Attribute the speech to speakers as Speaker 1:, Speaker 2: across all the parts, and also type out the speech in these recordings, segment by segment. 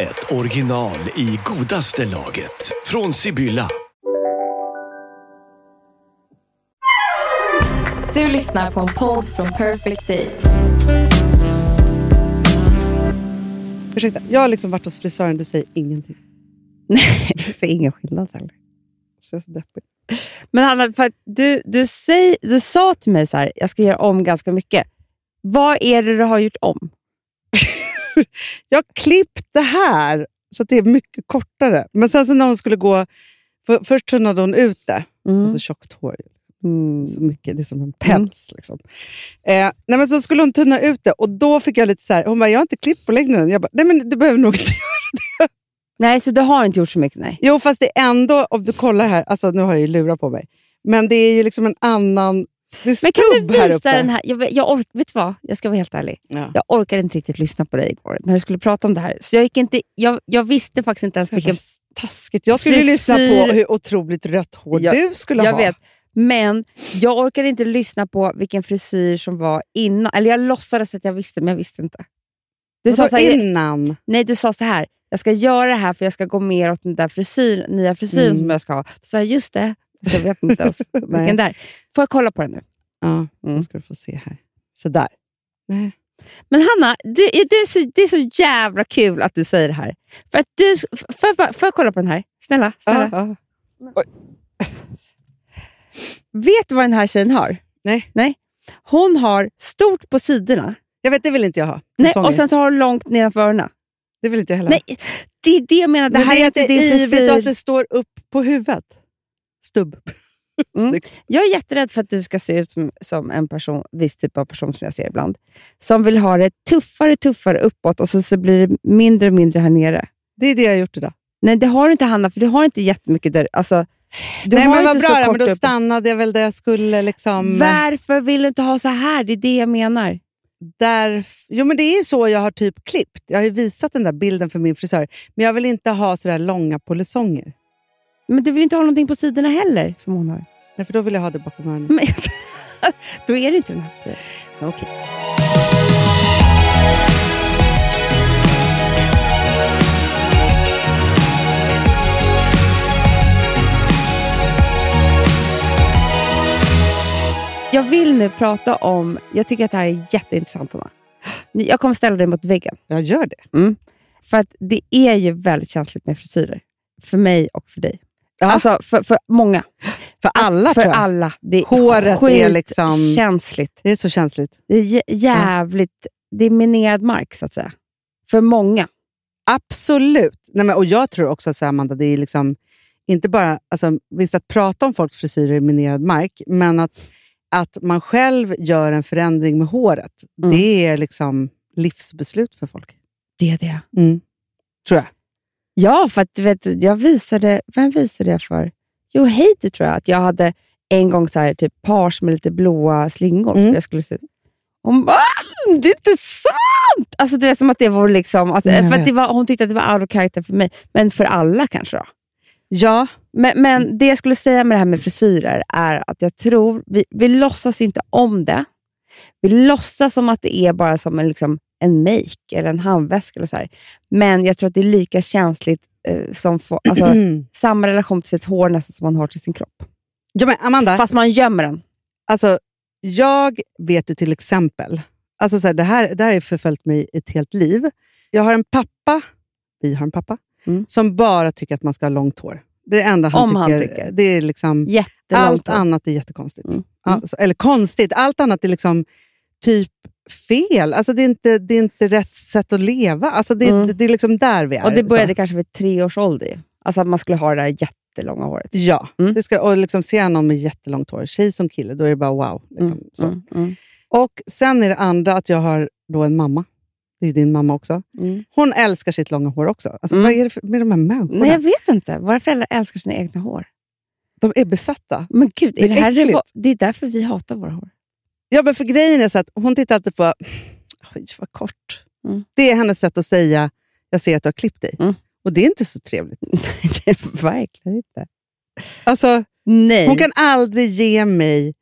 Speaker 1: ett original i godaste laget. Från Sibylla.
Speaker 2: Du lyssnar på en podd från Perfect Day.
Speaker 3: Ursäkta, jag har liksom varit hos frisören, du säger ingenting. Nej, jag ser ingen skillnad heller. Så jag är så deppig.
Speaker 4: Men Hanna, för att du, du, säg, du sa till mig så här, jag ska göra om ganska mycket. Vad är det du har gjort om?
Speaker 3: Jag har klippt det här, så att det är mycket kortare. Men sen så när hon skulle gå... För, först tunnade hon ut det.
Speaker 4: Mm.
Speaker 3: Alltså tjockt hår. Så mycket, det är som en päls.
Speaker 4: Mm.
Speaker 3: Liksom. Eh, nej, men så skulle hon tunna ut det och då fick jag lite så här, hon bara, jag har inte klippt på längden. Jag bara, nej men du behöver nog inte
Speaker 4: Nej, så du har inte gjort så mycket? Nej.
Speaker 3: Jo, fast det är ändå, om du kollar här, alltså nu har jag ju lurat på mig, men det är ju liksom en annan... Det är
Speaker 4: Men kan du
Speaker 3: stubb här
Speaker 4: visa
Speaker 3: uppe.
Speaker 4: den här? Jag, jag ork, vet du vad? Jag ska vara helt ärlig.
Speaker 3: Ja.
Speaker 4: Jag orkade inte riktigt lyssna på dig igår när du skulle prata om det här. Så jag, gick inte, jag, jag visste faktiskt inte ens
Speaker 3: Så jävla
Speaker 4: vilken...
Speaker 3: taskigt. Jag skulle ju
Speaker 4: frisyr-
Speaker 3: lyssna på hur otroligt rött hår
Speaker 4: Jag-
Speaker 3: du skulle
Speaker 4: Jag
Speaker 3: ha.
Speaker 4: vet. Men jag orkade inte lyssna på vilken frisyr som var innan. Eller jag låtsades att jag visste, men jag visste inte. Du
Speaker 3: Du
Speaker 4: sa, så här,
Speaker 3: innan.
Speaker 4: nej, du sa så här, jag ska göra det här för jag ska gå mer åt den där frisyr, nya frisyren
Speaker 3: Mm.
Speaker 4: som jag ska ha. Så sa jag, just det. Så jag vet inte ens
Speaker 3: Nej.
Speaker 4: vilken där. Får jag kolla på den nu?
Speaker 3: Ja,
Speaker 4: Mm.
Speaker 3: då ska du få se här. Så där. Nej.
Speaker 4: Men Hanna, du, du är så, det är så jävla kul att du säger det här. För att du, får, jag, bara- får jag kolla på den här? Snälla, snälla.
Speaker 3: Ja, ja.
Speaker 4: Vet du vad den här tjejen har?
Speaker 3: Nej.
Speaker 4: Nej. Hon har stort på sidorna
Speaker 3: Jag vet, det vill inte jag ha.
Speaker 4: nej,
Speaker 3: Sånger.
Speaker 4: och sen så har hon långt nedanför öronen.
Speaker 3: det vill inte jag heller
Speaker 4: Nej, det är det jag menar. Det
Speaker 3: Men
Speaker 4: här är inte din
Speaker 3: yvigt
Speaker 4: frisyr.
Speaker 3: och att det står upp på huvudet. Stubb.
Speaker 4: Mm.
Speaker 3: Snyggt.
Speaker 4: Jag är jätterädd för att du ska se ut som, som en person, viss typ av person som jag ser ibland. Som vill ha det tuffare tuffare uppåt och så, så blir det mindre och mindre här nere.
Speaker 3: Det är det jag har gjort idag.
Speaker 4: Nej, det har du inte Hanna, för du har inte jättemycket där. Alltså, du
Speaker 3: Nej,
Speaker 4: har
Speaker 3: men
Speaker 4: inte
Speaker 3: vad
Speaker 4: så
Speaker 3: bra,
Speaker 4: kort
Speaker 3: men då
Speaker 4: uppåt.
Speaker 3: stannade jag väl där jag skulle. Liksom,
Speaker 4: Varför vill du inte ha så här? Det är det jag menar.
Speaker 3: där, jo, men det är så jag har typ klippt. Jag har ju visat den där bilden för min frisör. Men jag vill inte ha sådär långa polisonger.
Speaker 4: Men du vill inte ha någonting på sidorna heller, som hon har.
Speaker 3: Nej, för då vill jag ha det bakom öronen.
Speaker 4: Men, då är det inte den här frisyren.
Speaker 3: Okej.
Speaker 4: Jag vill nu prata om... Jag tycker att det här är jätteintressant, Hanna. Jag kommer ställa dig mot väggen. Mm.
Speaker 3: Jag gör det.
Speaker 4: För att det är ju väldigt känsligt med frisyrer. För mig och för dig. Alltså för, för många.
Speaker 3: För alla
Speaker 4: för
Speaker 3: tror jag.
Speaker 4: alla. Det är
Speaker 3: Håret är
Speaker 4: skit
Speaker 3: liksom-
Speaker 4: känsligt.
Speaker 3: Det är så känsligt.
Speaker 4: Det är jä- jävligt... Det är minerad mark, så att säga. För många.
Speaker 3: Absolut. Nej, men, och jag tror också att så här, Amanda, det är liksom inte bara... Alltså, visst att prata om folks frisyrer i minerad mark, men att, att man själv gör en förändring med håret,
Speaker 4: Mm.
Speaker 3: det är liksom livsbeslut för folk.
Speaker 4: Det är det.
Speaker 3: Mm. Tror jag.
Speaker 4: Ja, för att du vet, jag visade... Vem visade jag för? Jo, Heidi tror jag. Att jag hade en gång så här, typ pars med lite blåa slingor.
Speaker 3: Mm.
Speaker 4: För jag skulle se, hon bara, "Ah, det är inte sant! Alltså, det är som att det var liksom... Att,
Speaker 3: Nej, jag
Speaker 4: för att
Speaker 3: vet.
Speaker 4: det var, hon tyckte att det var out of character för mig, men för alla kanske då.
Speaker 3: Ja,
Speaker 4: Men, men det jag skulle säga med det här med frisyrer är att jag tror, vi, vi låtsas inte om det. Vi låtsas som att det är bara som en, liksom, en make eller en handväska. Eller så här. Men jag tror att det är lika känsligt eh, som få, alltså, samma relation till sitt hår nästan som man har till sin kropp.
Speaker 3: ja men Amanda.
Speaker 4: Fast man gömmer den.
Speaker 3: Alltså, jag vet ju till exempel, alltså så här, det, här, det här har förföljt mig ett helt liv. Jag har en pappa, vi har en pappa,
Speaker 4: Mm.
Speaker 3: som bara tycker att man ska ha långt hår. Det är det enda han,
Speaker 4: Om
Speaker 3: tycker,
Speaker 4: han tycker.
Speaker 3: Det är liksom,
Speaker 4: Jättelångt
Speaker 3: allt
Speaker 4: hår.
Speaker 3: annat är jättekonstigt.
Speaker 4: Mm.
Speaker 3: Alltså, eller konstigt, allt annat är liksom typ fel. Alltså, det, är inte, det är inte rätt sätt att leva. Alltså, det,
Speaker 4: Mm.
Speaker 3: det, är liksom där vi är.
Speaker 4: Och det
Speaker 3: så.
Speaker 4: började kanske vid tre års ålder. ju. Alltså att man skulle ha det där jättelånga håret.
Speaker 3: Ja,
Speaker 4: Mm.
Speaker 3: det ska, och liksom, ser jag någon med jättelångt hår, tjej som kille, då är det bara wow. Liksom,
Speaker 4: Mm,
Speaker 3: så.
Speaker 4: mm, mm.
Speaker 3: Och sen är det andra att jag har då en mamma det är din mamma också.
Speaker 4: Mm.
Speaker 3: Hon älskar sitt långa hår också. Alltså,
Speaker 5: Mm.
Speaker 3: Vad är det för, med de här människorna?
Speaker 4: Nej, jag vet inte. Våra föräldrar älskar sina egna hår.
Speaker 3: De är besatta.
Speaker 4: Men gud,
Speaker 3: Det är
Speaker 4: är det, här
Speaker 3: äckligt.
Speaker 4: revol- det är därför vi hatar våra hår.
Speaker 3: Ja, men för grejen är så att hon tittar alltid på, oj vad kort.
Speaker 4: Mm.
Speaker 3: Det är hennes sätt att säga, jag ser att du har klippt dig.
Speaker 4: Mm.
Speaker 3: Och det är inte så trevligt.
Speaker 4: det är verkligen inte.
Speaker 3: Alltså,
Speaker 4: Nej.
Speaker 3: hon kan aldrig ge mig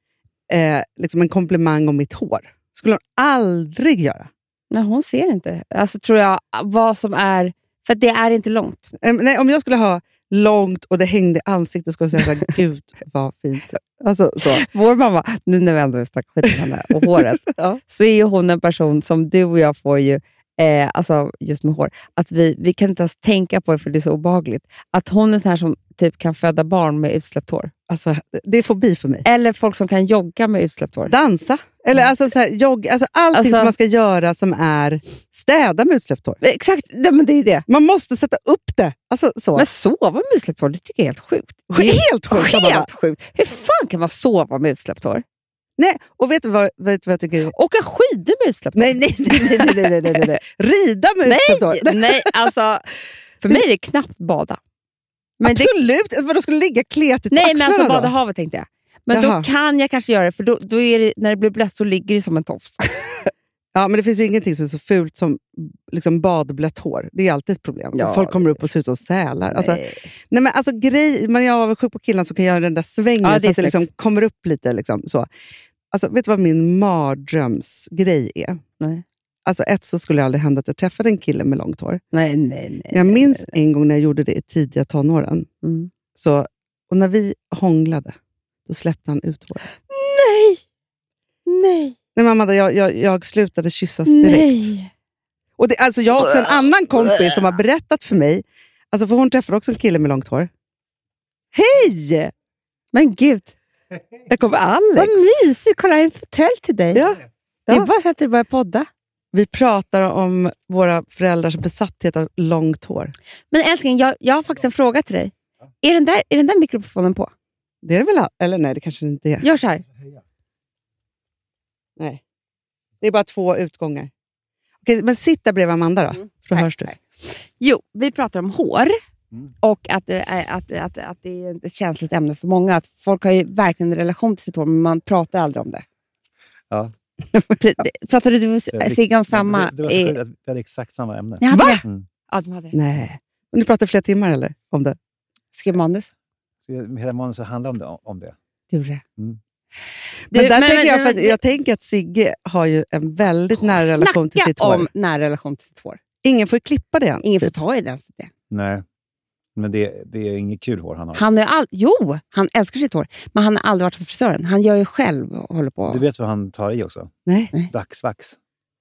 Speaker 3: eh, liksom en komplimang om mitt hår. skulle hon aldrig göra.
Speaker 4: Nej, hon ser inte. Alltså tror jag vad som är... För att det är inte långt.
Speaker 3: Eh, nej, om jag skulle ha långt och det hängde i ansiktet skulle hon säga, så här, gud vad fint. Alltså, så.
Speaker 4: Vår mamma, nu när vi ändå snackar skit om henne och håret,
Speaker 3: Ja.
Speaker 4: så är ju hon en person som du och jag får ju, eh, alltså just med hår, att vi, vi kan inte ens tänka på det för det är så obehagligt. Att hon är en sån här som typ kan föda barn med utsläppt hår.
Speaker 3: Alltså, det är fobi för mig.
Speaker 4: Eller folk som kan jogga med utsläppt hår.
Speaker 3: Dansa, eller alltså, så här, jogga, alltså, allting
Speaker 4: Mm. Alltså-
Speaker 3: som man ska göra som är städa med utsläppt hår.
Speaker 4: Exakt, nej, men det är ju det.
Speaker 3: Man måste sätta upp det. Alltså, så.
Speaker 4: Men sova med utsläppt hår, det tycker jag är helt sjukt.
Speaker 3: Helt sjukt! sa mamma.
Speaker 4: Helt sjukt! Hur fan kan man sova med utsläppt hår?
Speaker 3: Nej, och vet du vad, vet du vad jag tycker? är-
Speaker 4: Åka skidor med utsläppt hår?
Speaker 3: Nej, nej, nej, nej, nej, nej, nej, nej, nej. Rida med utsläppt hår.
Speaker 4: Nej, nej, alltså för mig är det knappt bada. Men det,
Speaker 3: Absolut! Vadå, skulle ligga kletigt på
Speaker 4: nej, men
Speaker 3: axlarna
Speaker 4: alltså
Speaker 3: då?
Speaker 4: bada i havet tänkte jag. Men
Speaker 3: Jaha.
Speaker 4: då kan jag kanske göra det, för då, då är det, när det blir blött så ligger det som en tofs.
Speaker 3: Ja, men det finns ju ingenting som är så fult som liksom badblött hår. Det är alltid ett problem.
Speaker 4: Ja,
Speaker 3: Folk kommer upp och ser ut som sälar. Alltså, nej.
Speaker 4: Nej.
Speaker 3: men alltså, grej, men jag är avundsjuk på killen som kan göra den där svängen
Speaker 4: Ja, det
Speaker 3: så
Speaker 4: är
Speaker 3: att det
Speaker 4: snyggt.
Speaker 3: liksom kommer upp lite. Liksom, så. Alltså, vet du vad min mardrömsgrej är?
Speaker 4: Nej.
Speaker 3: Alltså, ett så skulle det aldrig hända att jag träffade en kille med långt hår.
Speaker 4: nej, nej, nej.
Speaker 3: Jag minns en gång när jag gjorde det i tidiga tonåren.
Speaker 4: Eh. Mm.
Speaker 3: Så, och när vi hånglade, då släppte han ut håret.
Speaker 4: Nej! Nej!
Speaker 3: Nej, men Amanda, jag, jag, jag slutade kyssas direkt.
Speaker 4: Nej!
Speaker 3: Och det, alltså, jag har också en annan kompis som har berättat för mig, alltså, för hon träffade också en kille med långt hår. Hej!
Speaker 4: Men gud,
Speaker 3: Jag kommer Alex.
Speaker 4: vad mysigt! Kolla, här är en fåtölj till dig.
Speaker 3: Ja.
Speaker 4: Det
Speaker 3: Ja.
Speaker 4: är bara så att du börjar podda.
Speaker 3: Vi pratar om våra föräldrars besatthet av långt hår.
Speaker 4: Men älskling, jag, jag har faktiskt en fråga till dig. Är den där, är den där mikrofonen på?
Speaker 3: Det är det väl? all- Eller nej, det kanske det inte är.
Speaker 4: Gör så här.
Speaker 3: Nej. Det är bara två utgångar. Okej, men sitt där bredvid Amanda då, för då
Speaker 4: Mm. Nej,
Speaker 3: hörs du.
Speaker 4: nej. Jo, vi pratar om hår
Speaker 1: Mm.
Speaker 4: och att, det är- att, att, att det är ett känsligt ämne för många. Att folk har ju verkligen en relation till sitt hår, men man pratar aldrig om det.
Speaker 6: Ja.
Speaker 4: Pr- det- Pratade du och
Speaker 6: Ja, vi-
Speaker 4: Sigge om samma?
Speaker 6: Det, det var
Speaker 4: eh,
Speaker 6: så sjukt att vi hade exakt samma ämne.
Speaker 4: ni hade
Speaker 3: Va?
Speaker 4: det?
Speaker 6: Mm.
Speaker 4: Ja, de hade det.
Speaker 3: Nej. Och Ni pratar flera timmar eller? om det?
Speaker 4: Skrev manus?
Speaker 6: Så jag- Hela manuset handlar om det. Om det.
Speaker 4: Det gjorde det.
Speaker 6: Mm.
Speaker 4: Du,
Speaker 3: men där
Speaker 4: men-
Speaker 3: tänker jag,
Speaker 4: men-
Speaker 3: för att, jag tänker att Sigge har ju en väldigt nära relation till
Speaker 4: Snacka
Speaker 3: sitt hår.
Speaker 4: om nära relation till sitt hår.
Speaker 3: Ingen får ju klippa det ens.
Speaker 4: Ingen
Speaker 6: Typ.
Speaker 4: får ta i den. så det.
Speaker 6: Nej, men det, det är inget kul hår han har.
Speaker 4: Han har ju all... Jo, han älskar sitt hår, men han har aldrig varit hos frisören. Han gör ju själv och håller på.
Speaker 6: Du vet vad han tar i också?
Speaker 3: Nej,
Speaker 6: Dagsvax.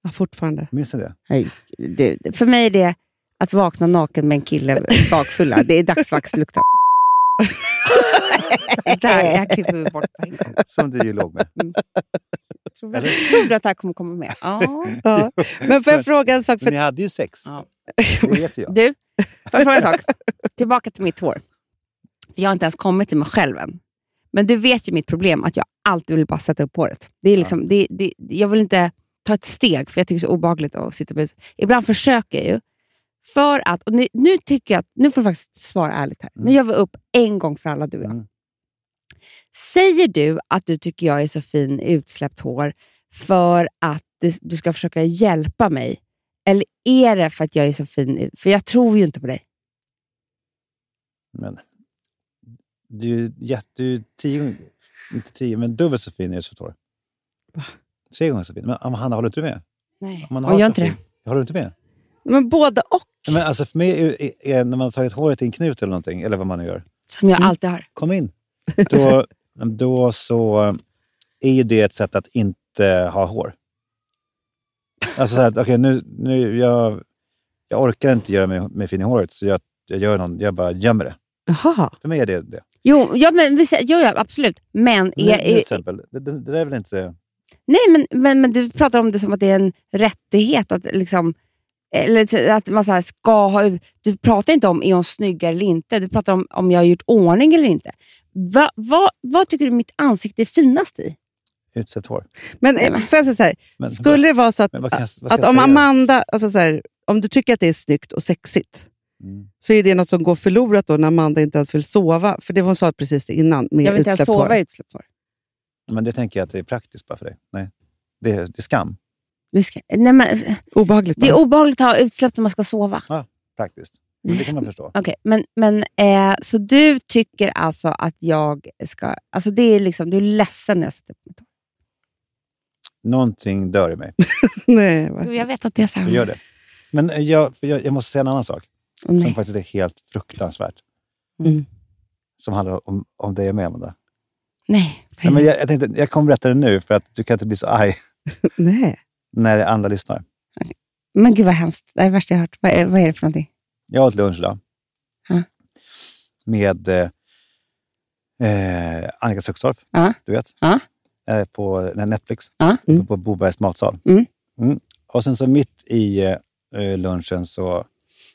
Speaker 3: ja, fortfarande.
Speaker 6: Minns ni det?
Speaker 4: Nej, du, för mig är det att vakna naken med en kille bakfulla. Det är dagsvaxlukten. Där, det här klipper vi bort på en gång.
Speaker 6: Som du ju låg med.
Speaker 4: Mm. Tror
Speaker 6: Eller?
Speaker 4: du- Tror du att det här kommer komma med? Ja.
Speaker 3: Ja. Men får jag
Speaker 6: Men-
Speaker 3: fråga en sak?
Speaker 6: Men
Speaker 3: För,
Speaker 6: ni hade ju sex.
Speaker 4: Ja.
Speaker 6: Det vet ju jag.
Speaker 4: Du, får jag fråga en sak? Tillbaka till mitt hår. För jag har inte ens kommit till mig själv än. Men du vet ju mitt problem, att jag alltid vill bara sätta upp håret. Det är liksom, det, det, jag vill inte ta ett steg, för jag tycker det är så obehagligt att sitta på huset. Ibland försöker jag ju. För att, och nu, nu tycker jag att, nu får du faktiskt svara ärligt här. Nu
Speaker 6: Mm.
Speaker 4: gör vi upp en gång för alla du och jag.
Speaker 6: Mm.
Speaker 4: Säger du att du tycker jag är så fin i utsläppt hår för att det- du ska försöka hjälpa mig? Eller är det för att jag är så fin? i- För jag tror ju inte på dig.
Speaker 6: Men, du är jätte- du är tio, inte tio, men dubbelt så fin i utsläppt hår. Tre gånger så fin. Men Hanna, håller inte du med?
Speaker 4: Nej,
Speaker 6: Om man
Speaker 4: jag
Speaker 6: så
Speaker 4: gör inte
Speaker 6: fin-
Speaker 4: det.
Speaker 6: Håller du inte med?
Speaker 3: men både och.
Speaker 6: Nej, Men alltså för mig är, är, är när man har tagit håret i en knut eller någonting, eller vad man nu gör.
Speaker 4: Som jag alltid har.
Speaker 6: kom in. Då, då så är ju det ett sätt att inte ha hår. Alltså så här, okej nu, nu jag, jag orkar inte göra mig, mig fin i håret så jag, jag, gör någon, jag bara gömmer det.
Speaker 3: Jaha.
Speaker 6: För mig är det det.
Speaker 4: Jo, ja, men, vi säger- jo, ja, absolut. Men,
Speaker 6: Nu, nu
Speaker 4: är,
Speaker 6: till
Speaker 4: är,
Speaker 6: exempel, det, det, det där är väl inte...
Speaker 4: nej, men, men, men du pratar om det som att det är en rättighet att liksom eller så- att man så här ska ha ut- Du pratar inte om är hon snygg eller inte. Du pratar om om jag har gjort ordning eller inte. Va, va, vad tycker du mitt ansikte är finast i?
Speaker 6: utsöpt hår.
Speaker 3: Men eh, får jag säga så här,
Speaker 6: Men,
Speaker 3: skulle det vara så att,
Speaker 6: men vad kan jag, vad ska
Speaker 3: att
Speaker 6: jag
Speaker 3: om
Speaker 6: säga?
Speaker 3: Amanda, alltså så här, om du tycker att det är snyggt och sexigt,
Speaker 6: Mm.
Speaker 3: så är det något som går förlorat då när Amanda inte ens vill sova. För det var hon sa precis innan, med
Speaker 4: Jag vill inte ens
Speaker 3: utsläppt
Speaker 4: sova
Speaker 3: hår.
Speaker 4: i utsläppt hår.
Speaker 6: Men det tänker jag att det är praktiskt bara för dig. Nej, det, är- det är skam.
Speaker 4: Vi ska- Nej, men,
Speaker 3: Obehagligt.
Speaker 4: det är
Speaker 3: va?
Speaker 4: obehagligt att ha utsläppt när man ska sova.
Speaker 6: Praktiskt. Men det kan man förstå.
Speaker 4: Okej, men, men eh, så du tycker alltså att jag ska... Alltså det är liksom, du är ledsen när jag sätter på mitt hår.
Speaker 6: Någonting dör i mig.
Speaker 3: Nej, va?
Speaker 4: Jag vet att det är så
Speaker 6: Det gör det. Men eh, jag, för jag, jag måste säga en annan sak
Speaker 4: Åh,
Speaker 6: som
Speaker 4: nej.
Speaker 6: faktiskt är helt fruktansvärt.
Speaker 3: Mm.
Speaker 6: Som handlar om, om dig och mig, Amanda.
Speaker 4: nej.
Speaker 6: Nej, men jag, jag, tänkte, jag kommer berätta det nu för att du kan inte bli så arg
Speaker 3: Nej.
Speaker 6: när andra lyssnar.
Speaker 4: Men gud vad hemskt. Det är det värsta jag har hört. Vad är, vad är det för någonting?
Speaker 6: Jag åt lunch idag.
Speaker 4: Ja.
Speaker 6: Med eh, eh, Annika Suxtorp,
Speaker 4: Ja.
Speaker 6: du vet.
Speaker 4: Ja.
Speaker 6: Eh, på nej, Netflix.
Speaker 4: Ja.
Speaker 3: Mm.
Speaker 6: På, på Bobergs matsal.
Speaker 4: Mm.
Speaker 6: Mm. Och sen så mitt i eh, lunchen så...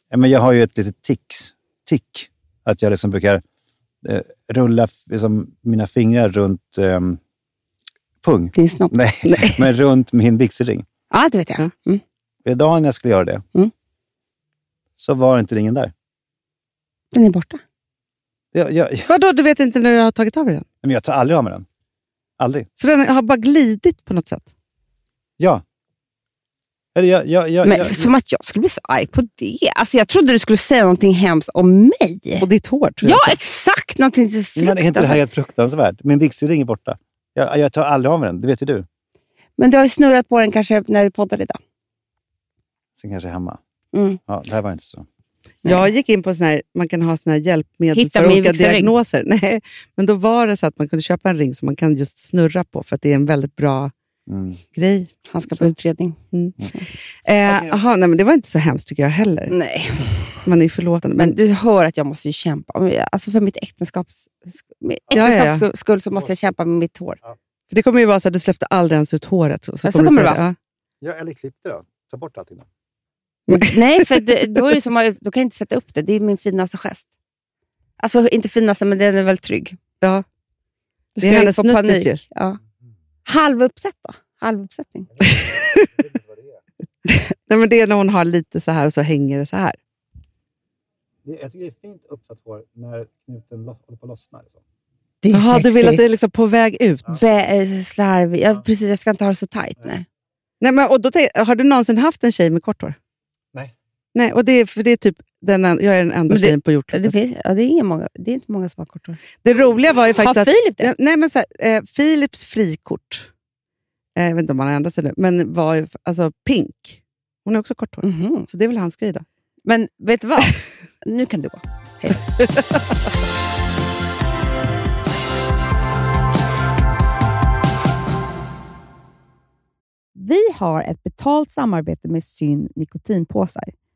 Speaker 6: Ja, men jag har ju ett litet tics, tick. Att jag liksom brukar eh, rulla f- liksom, mina fingrar runt ehm, pung.
Speaker 4: Din snopp?
Speaker 6: Nej, men runt min vigselring.
Speaker 4: Ja, det vet jag. Mm.
Speaker 6: Idag när jag skulle göra det
Speaker 4: Mm.
Speaker 6: så var inte ringen där.
Speaker 4: Den är borta.
Speaker 6: Jag, jag, jag,
Speaker 3: Vadå, du vet inte när jag har tagit av dig den?
Speaker 6: men jag tar aldrig av mig den. Aldrig.
Speaker 3: Så den har bara glidit på något sätt?
Speaker 6: Ja. Eller jag, jag, jag,
Speaker 4: Men,
Speaker 6: jag,
Speaker 4: Som att jag skulle bli så arg på det. Alltså, jag trodde du skulle säga någonting hemskt om mig.
Speaker 3: Och ditt hår, tror
Speaker 4: Ja,
Speaker 3: jag.
Speaker 4: exakt! Någonting så
Speaker 6: men är inte det här
Speaker 4: fruktansvärt.
Speaker 6: helt fruktansvärt? Min vigselring är borta. Jag, jag tar aldrig av mig den, det vet ju du.
Speaker 4: Men du har ju snurrat på den kanske när du poddade idag.
Speaker 6: Sen kanske jag är hemma.
Speaker 4: Mm.
Speaker 6: Ja, det här var inte så.
Speaker 3: Jag gick in på en sån här, man kan ha sån här hjälpmedel
Speaker 4: Hitta
Speaker 3: för
Speaker 4: min
Speaker 3: olika
Speaker 4: vigselring.
Speaker 3: diagnoser. Nej, men då var det så att man kunde köpa en ring som man kan just snurra på för att det är en väldigt bra
Speaker 6: Mm.
Speaker 3: grej.
Speaker 4: Han ska på utredning.
Speaker 3: Eh, aha, nej, men det var inte så hemskt tycker jag heller.
Speaker 4: Nej.
Speaker 3: Man är förlåtande.
Speaker 4: Men
Speaker 3: Men,
Speaker 4: du hör att jag måste ju kämpa. Om jag- Alltså för mitt äktenskaps med
Speaker 3: ja, ja.
Speaker 4: äktenskaps skull- skull så måste jag kämpa med mitt hår.
Speaker 3: för det kommer ju vara så att du släppte aldrig ens ut håret. Så,
Speaker 4: Ja, så kommer
Speaker 3: du
Speaker 4: det
Speaker 3: säga, ja.
Speaker 6: Ja, eller klipp det då. Ta bort allting då.
Speaker 4: Nej, för det, då, är det som, att- då kan jag inte sätta upp det. Det är min finaste gest. Alltså inte finaste, men den är väl trygg.
Speaker 3: Ja.
Speaker 4: Då
Speaker 3: Det
Speaker 4: ska
Speaker 3: är
Speaker 4: jag ju
Speaker 3: hennes
Speaker 4: få
Speaker 3: nyttis
Speaker 4: panik.
Speaker 3: ju.
Speaker 4: Ja. Halv uppsätt då? Halv uppsättning.
Speaker 3: Nej, men det är när hon har lite så här och så hänger det så här.
Speaker 6: Jag tycker det är fint uppsatt hår när knuten håller på att lossna. liksom.
Speaker 4: Det är
Speaker 3: Jaha, du vill att det är liksom på väg ut.
Speaker 4: eh, slarvig. Ja, precis, jag ska inte ha det så tajt. Nej.
Speaker 3: Nej, men, och då tänk, har du någonsin haft en tjej med kort hår?
Speaker 6: Nej.
Speaker 3: Nej, och det är, för det är typ den, en- jag är den enda
Speaker 4: Men det-
Speaker 3: tjejen på
Speaker 4: Det,
Speaker 3: jordklotet. Det,
Speaker 4: finns, ja, det, är inga många, det är inte många som har kort hår.
Speaker 3: roliga var ju faktiskt
Speaker 4: har
Speaker 3: att...
Speaker 4: Filip det?
Speaker 3: Nej, men så här, eh, Philips frikort, eh, jag vet inte om han har ändrat sig nu, men var ju alltså Pink. Hon är också kort hår.
Speaker 4: Mhm.
Speaker 3: Så det är väl hans grej då.
Speaker 4: Men vet du vad? nu kan du gå. Vi har ett betalt samarbete med Syn nikotinpåsar.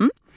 Speaker 4: Mm.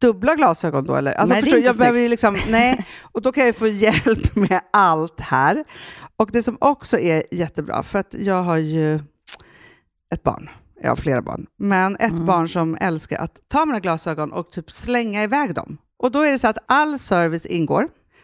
Speaker 3: dubbla glasögon då eller? Alltså,
Speaker 4: Nej, det är
Speaker 3: förstår du,
Speaker 4: inte
Speaker 3: jag behöver ju liksom, nej. Och då kan jag ju få hjälp med allt här. Och det som också är jättebra, för att jag har ju ett barn. Jag har flera barn. Men ett
Speaker 4: Mm.
Speaker 3: barn som älskar att ta mina glasögon och typ slänga iväg dem. Och då är det så att all service ingår,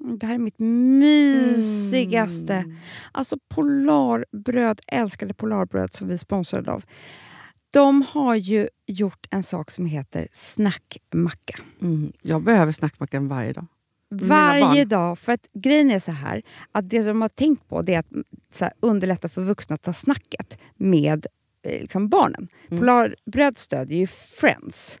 Speaker 4: Mm, Det här är mitt mysigaste. Alltså Polarbröd, älskade Polarbröd som vi är sponsrade av. De har ju gjort en sak som heter snackmacka.
Speaker 3: Mm, Jag behöver snackmackan varje dag. Mina
Speaker 4: Varje
Speaker 3: barn.
Speaker 4: dag. För att grejen är så här, att det de har tänkt på det är att så här, underlätta för vuxna att ta snacket med eh, liksom, barnen.
Speaker 3: Mm.
Speaker 4: Polarbröd stödjer ju Friends.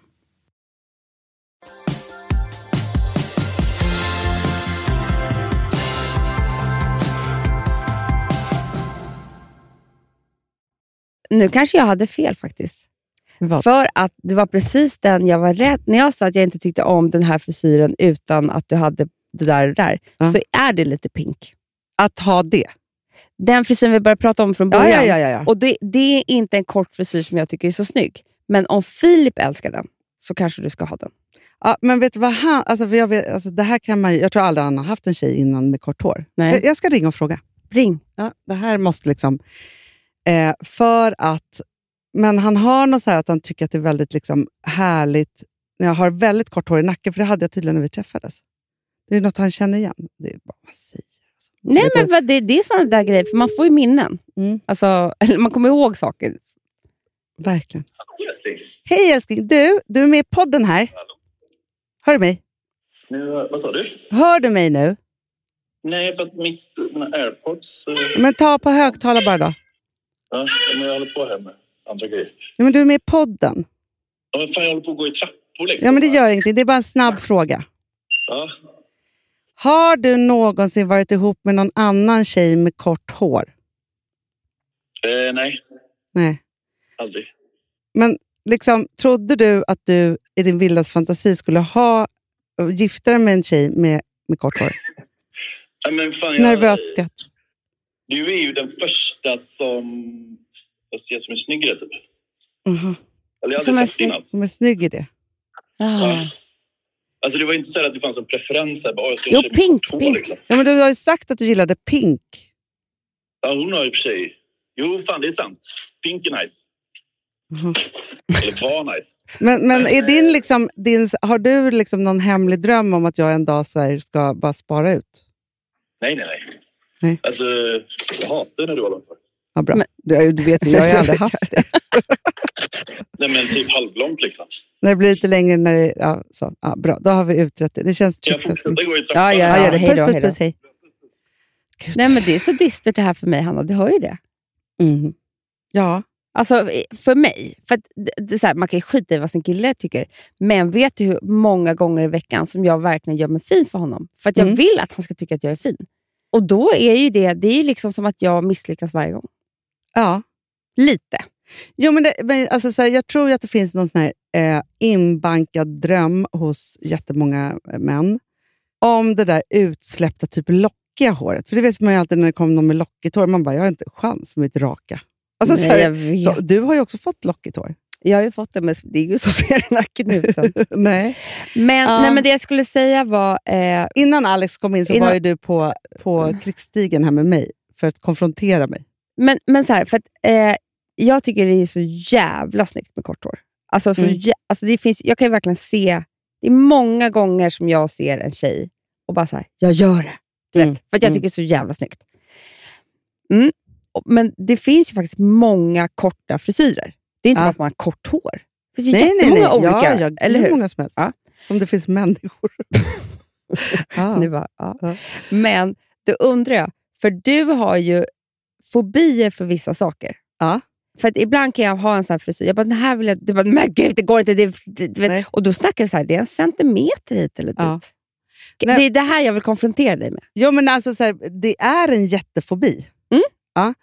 Speaker 4: Nu kanske jag hade fel faktiskt.
Speaker 7: Vad?
Speaker 4: För att det var precis den jag var rädd... När jag sa att jag inte tyckte om den här frisyren utan att du hade det där och det där,
Speaker 3: Ja.
Speaker 4: så är det lite pink.
Speaker 3: Att ha det.
Speaker 4: Den frisyren vi började prata om från början.
Speaker 3: ja, ja.
Speaker 4: Och det, det är inte en kort frisyr som jag tycker är så snygg. Men om Filip älskar den så kanske du ska ha den.
Speaker 3: Ja, men vet du vad han... Alltså, för jag, vet, alltså, det här kan man, ju- jag tror aldrig han har haft en tjej innan med kort hår.
Speaker 4: Nej.
Speaker 3: Jag, jag ska ringa och fråga.
Speaker 4: Ring.
Speaker 3: Ja, det här måste liksom... Eh, för att... Men han har något så här att han tycker att det är väldigt liksom, härligt när jag har väldigt kort hår i nacken, för det hade jag tydligen när vi träffades. Det är något han känner igen. Det är bara, vad säger alltså.
Speaker 4: Nej,
Speaker 3: Vet du-
Speaker 4: men vad, det, det är sådana där grejer, för man får ju minnen.
Speaker 3: Mm.
Speaker 4: Alltså, eller man kommer ihåg saker.
Speaker 3: Verkligen. Hej älskling! Du, du är med i podden här. Hör du mig?
Speaker 8: Nu, eh, vad sa du?
Speaker 3: Hör du mig nu?
Speaker 8: Nej, för att mitt, mina airpods... eh,
Speaker 3: Men ta på högtalare bara då.
Speaker 8: Ja, men jag håller på här med andra grejer.
Speaker 3: Ja, men du är med i podden.
Speaker 8: Ja, men fan, jag håller på att gå i trappor liksom.
Speaker 3: Ja, men det gör ingenting. Det är bara en snabb fråga.
Speaker 8: Ja.
Speaker 3: Har du någonsin varit ihop med någon annan tjej med kort hår?
Speaker 8: Eh, nej,
Speaker 3: Nej.
Speaker 8: aldrig.
Speaker 3: Men liksom, trodde du att du i din vildaste fantasi skulle ha eh, gifta dig med en tjej med, med kort hår?
Speaker 8: Ja, men fan, jag,
Speaker 3: Nervös skratt.
Speaker 8: Du är ju den första som jag ser som är snyggare, typ.
Speaker 3: Mhm.
Speaker 8: Eller jag har
Speaker 4: Som är
Speaker 8: aldrig sett
Speaker 4: snygg. Ah.
Speaker 8: innan.
Speaker 3: Som är snygg i det.
Speaker 8: Ja. Alltså, det var inte så här att det fanns en preferens. Här, bara, "Åh, jag ska
Speaker 4: Jo,
Speaker 8: ha en tjej med
Speaker 4: pink,
Speaker 8: kort hår",
Speaker 4: pink.
Speaker 8: Liksom.
Speaker 3: Ja, men du har ju sagt att du gillade pink.
Speaker 8: Ja, hon har ju i och för sig... Jo, fan, det är sant. Pink är nice.
Speaker 3: Mhm.
Speaker 8: Eller var nice.
Speaker 3: Men, men är din liksom, din, har du liksom någon hemlig dröm om att jag en dag så här ska bara spara ut?
Speaker 8: Nej, nej, nej.
Speaker 3: Nej.
Speaker 8: Alltså, jag hatar när du har långt hår.
Speaker 3: Ja, bra.
Speaker 4: Men-
Speaker 3: Du, du vet ju, jag har ju aldrig haft det.
Speaker 8: Nej, men typ halvblont liksom.
Speaker 3: När det blir lite längre, när det, ja, så. Ja, bra. Då har vi utrett det. Det känns
Speaker 8: Kan jag
Speaker 3: tryggt. älskling.
Speaker 8: fortsätta gå i trappan?
Speaker 4: Ja, ja,
Speaker 3: Ja,
Speaker 4: ja.
Speaker 3: gör det.
Speaker 4: Hej då,
Speaker 3: Puss,
Speaker 4: hej
Speaker 3: puss,
Speaker 4: då.
Speaker 3: puss, hej.
Speaker 4: Nej, men det är så dystert det här för mig, Hanna. Du hör ju det.
Speaker 3: Mm. Ja,
Speaker 4: Alltså för mig, för att det, det är så här, man kan ju skita i vad sin kille tycker, men vet du hur många gånger i veckan som jag verkligen gör mig fin för honom? För att jag
Speaker 3: Mm.
Speaker 4: vill att han ska tycka att jag är fin. Och då är ju det, det är ju liksom som att jag misslyckas varje gång.
Speaker 3: ja.
Speaker 4: Lite.
Speaker 3: Jo, men det, men alltså, så här, jag tror ju att det finns någon sån här, eh, inbankad dröm hos jättemånga eh, män om det där utsläppta, typ lockiga håret. För det vet man ju alltid när det kommer någon med lockigt hår. Man bara, jag har inte en chans med mitt raka. Alltså, så
Speaker 4: Nej,
Speaker 3: här,
Speaker 4: jag, vet.
Speaker 3: så, du har ju också fått lockigt hår.
Speaker 4: jag har ju fått det, men det är ju så ser den här knuten.
Speaker 3: Nej.
Speaker 4: Men,
Speaker 3: Ja.
Speaker 4: nej, men det jag skulle säga var, eh,
Speaker 3: Innan Mm. Alex kom in så
Speaker 4: Innan-
Speaker 3: var ju du på, på krigsstigen här med mig för att konfrontera mig.
Speaker 4: men, men så här, för att, eh, jag tycker det är så jävla snyggt med kort hår. Alltså, så
Speaker 3: Mm.
Speaker 4: jä- alltså, det finns, jag kan ju verkligen se, det är många gånger som jag ser en tjej och bara så här, jag gör det. Du vet,
Speaker 3: Mm,
Speaker 4: För att jag
Speaker 3: mm.
Speaker 4: tycker det är så jävla snyggt. Mm. och- Men det finns ju faktiskt många korta frisyrer. Det är inte
Speaker 3: Ja.
Speaker 4: bara att man har kort hår. Det finns ju jättemånga olika.
Speaker 3: Ja, ja,
Speaker 4: eller
Speaker 3: hur
Speaker 4: hur?
Speaker 3: många som helst.
Speaker 4: Ja.
Speaker 3: Som det finns människor. ja.
Speaker 4: Nu bara, ja.
Speaker 3: Ja.
Speaker 4: Men då undrar jag, för du har ju fobier för vissa saker.
Speaker 3: Ja.
Speaker 4: För att ibland kan jag ha en sån här frisyr, jag bara, den här vill jag... Du bara, men gud det går inte. Det, det, du
Speaker 3: Nej.
Speaker 4: vet. Och då snackar vi så här, det är en centimeter hit eller dit.
Speaker 3: Ja. Nej.
Speaker 4: Det är det här jag vill konfrontera dig med.
Speaker 3: Jo, men alltså, så här, det är en jättefobi.
Speaker 4: Mm.
Speaker 3: Ja.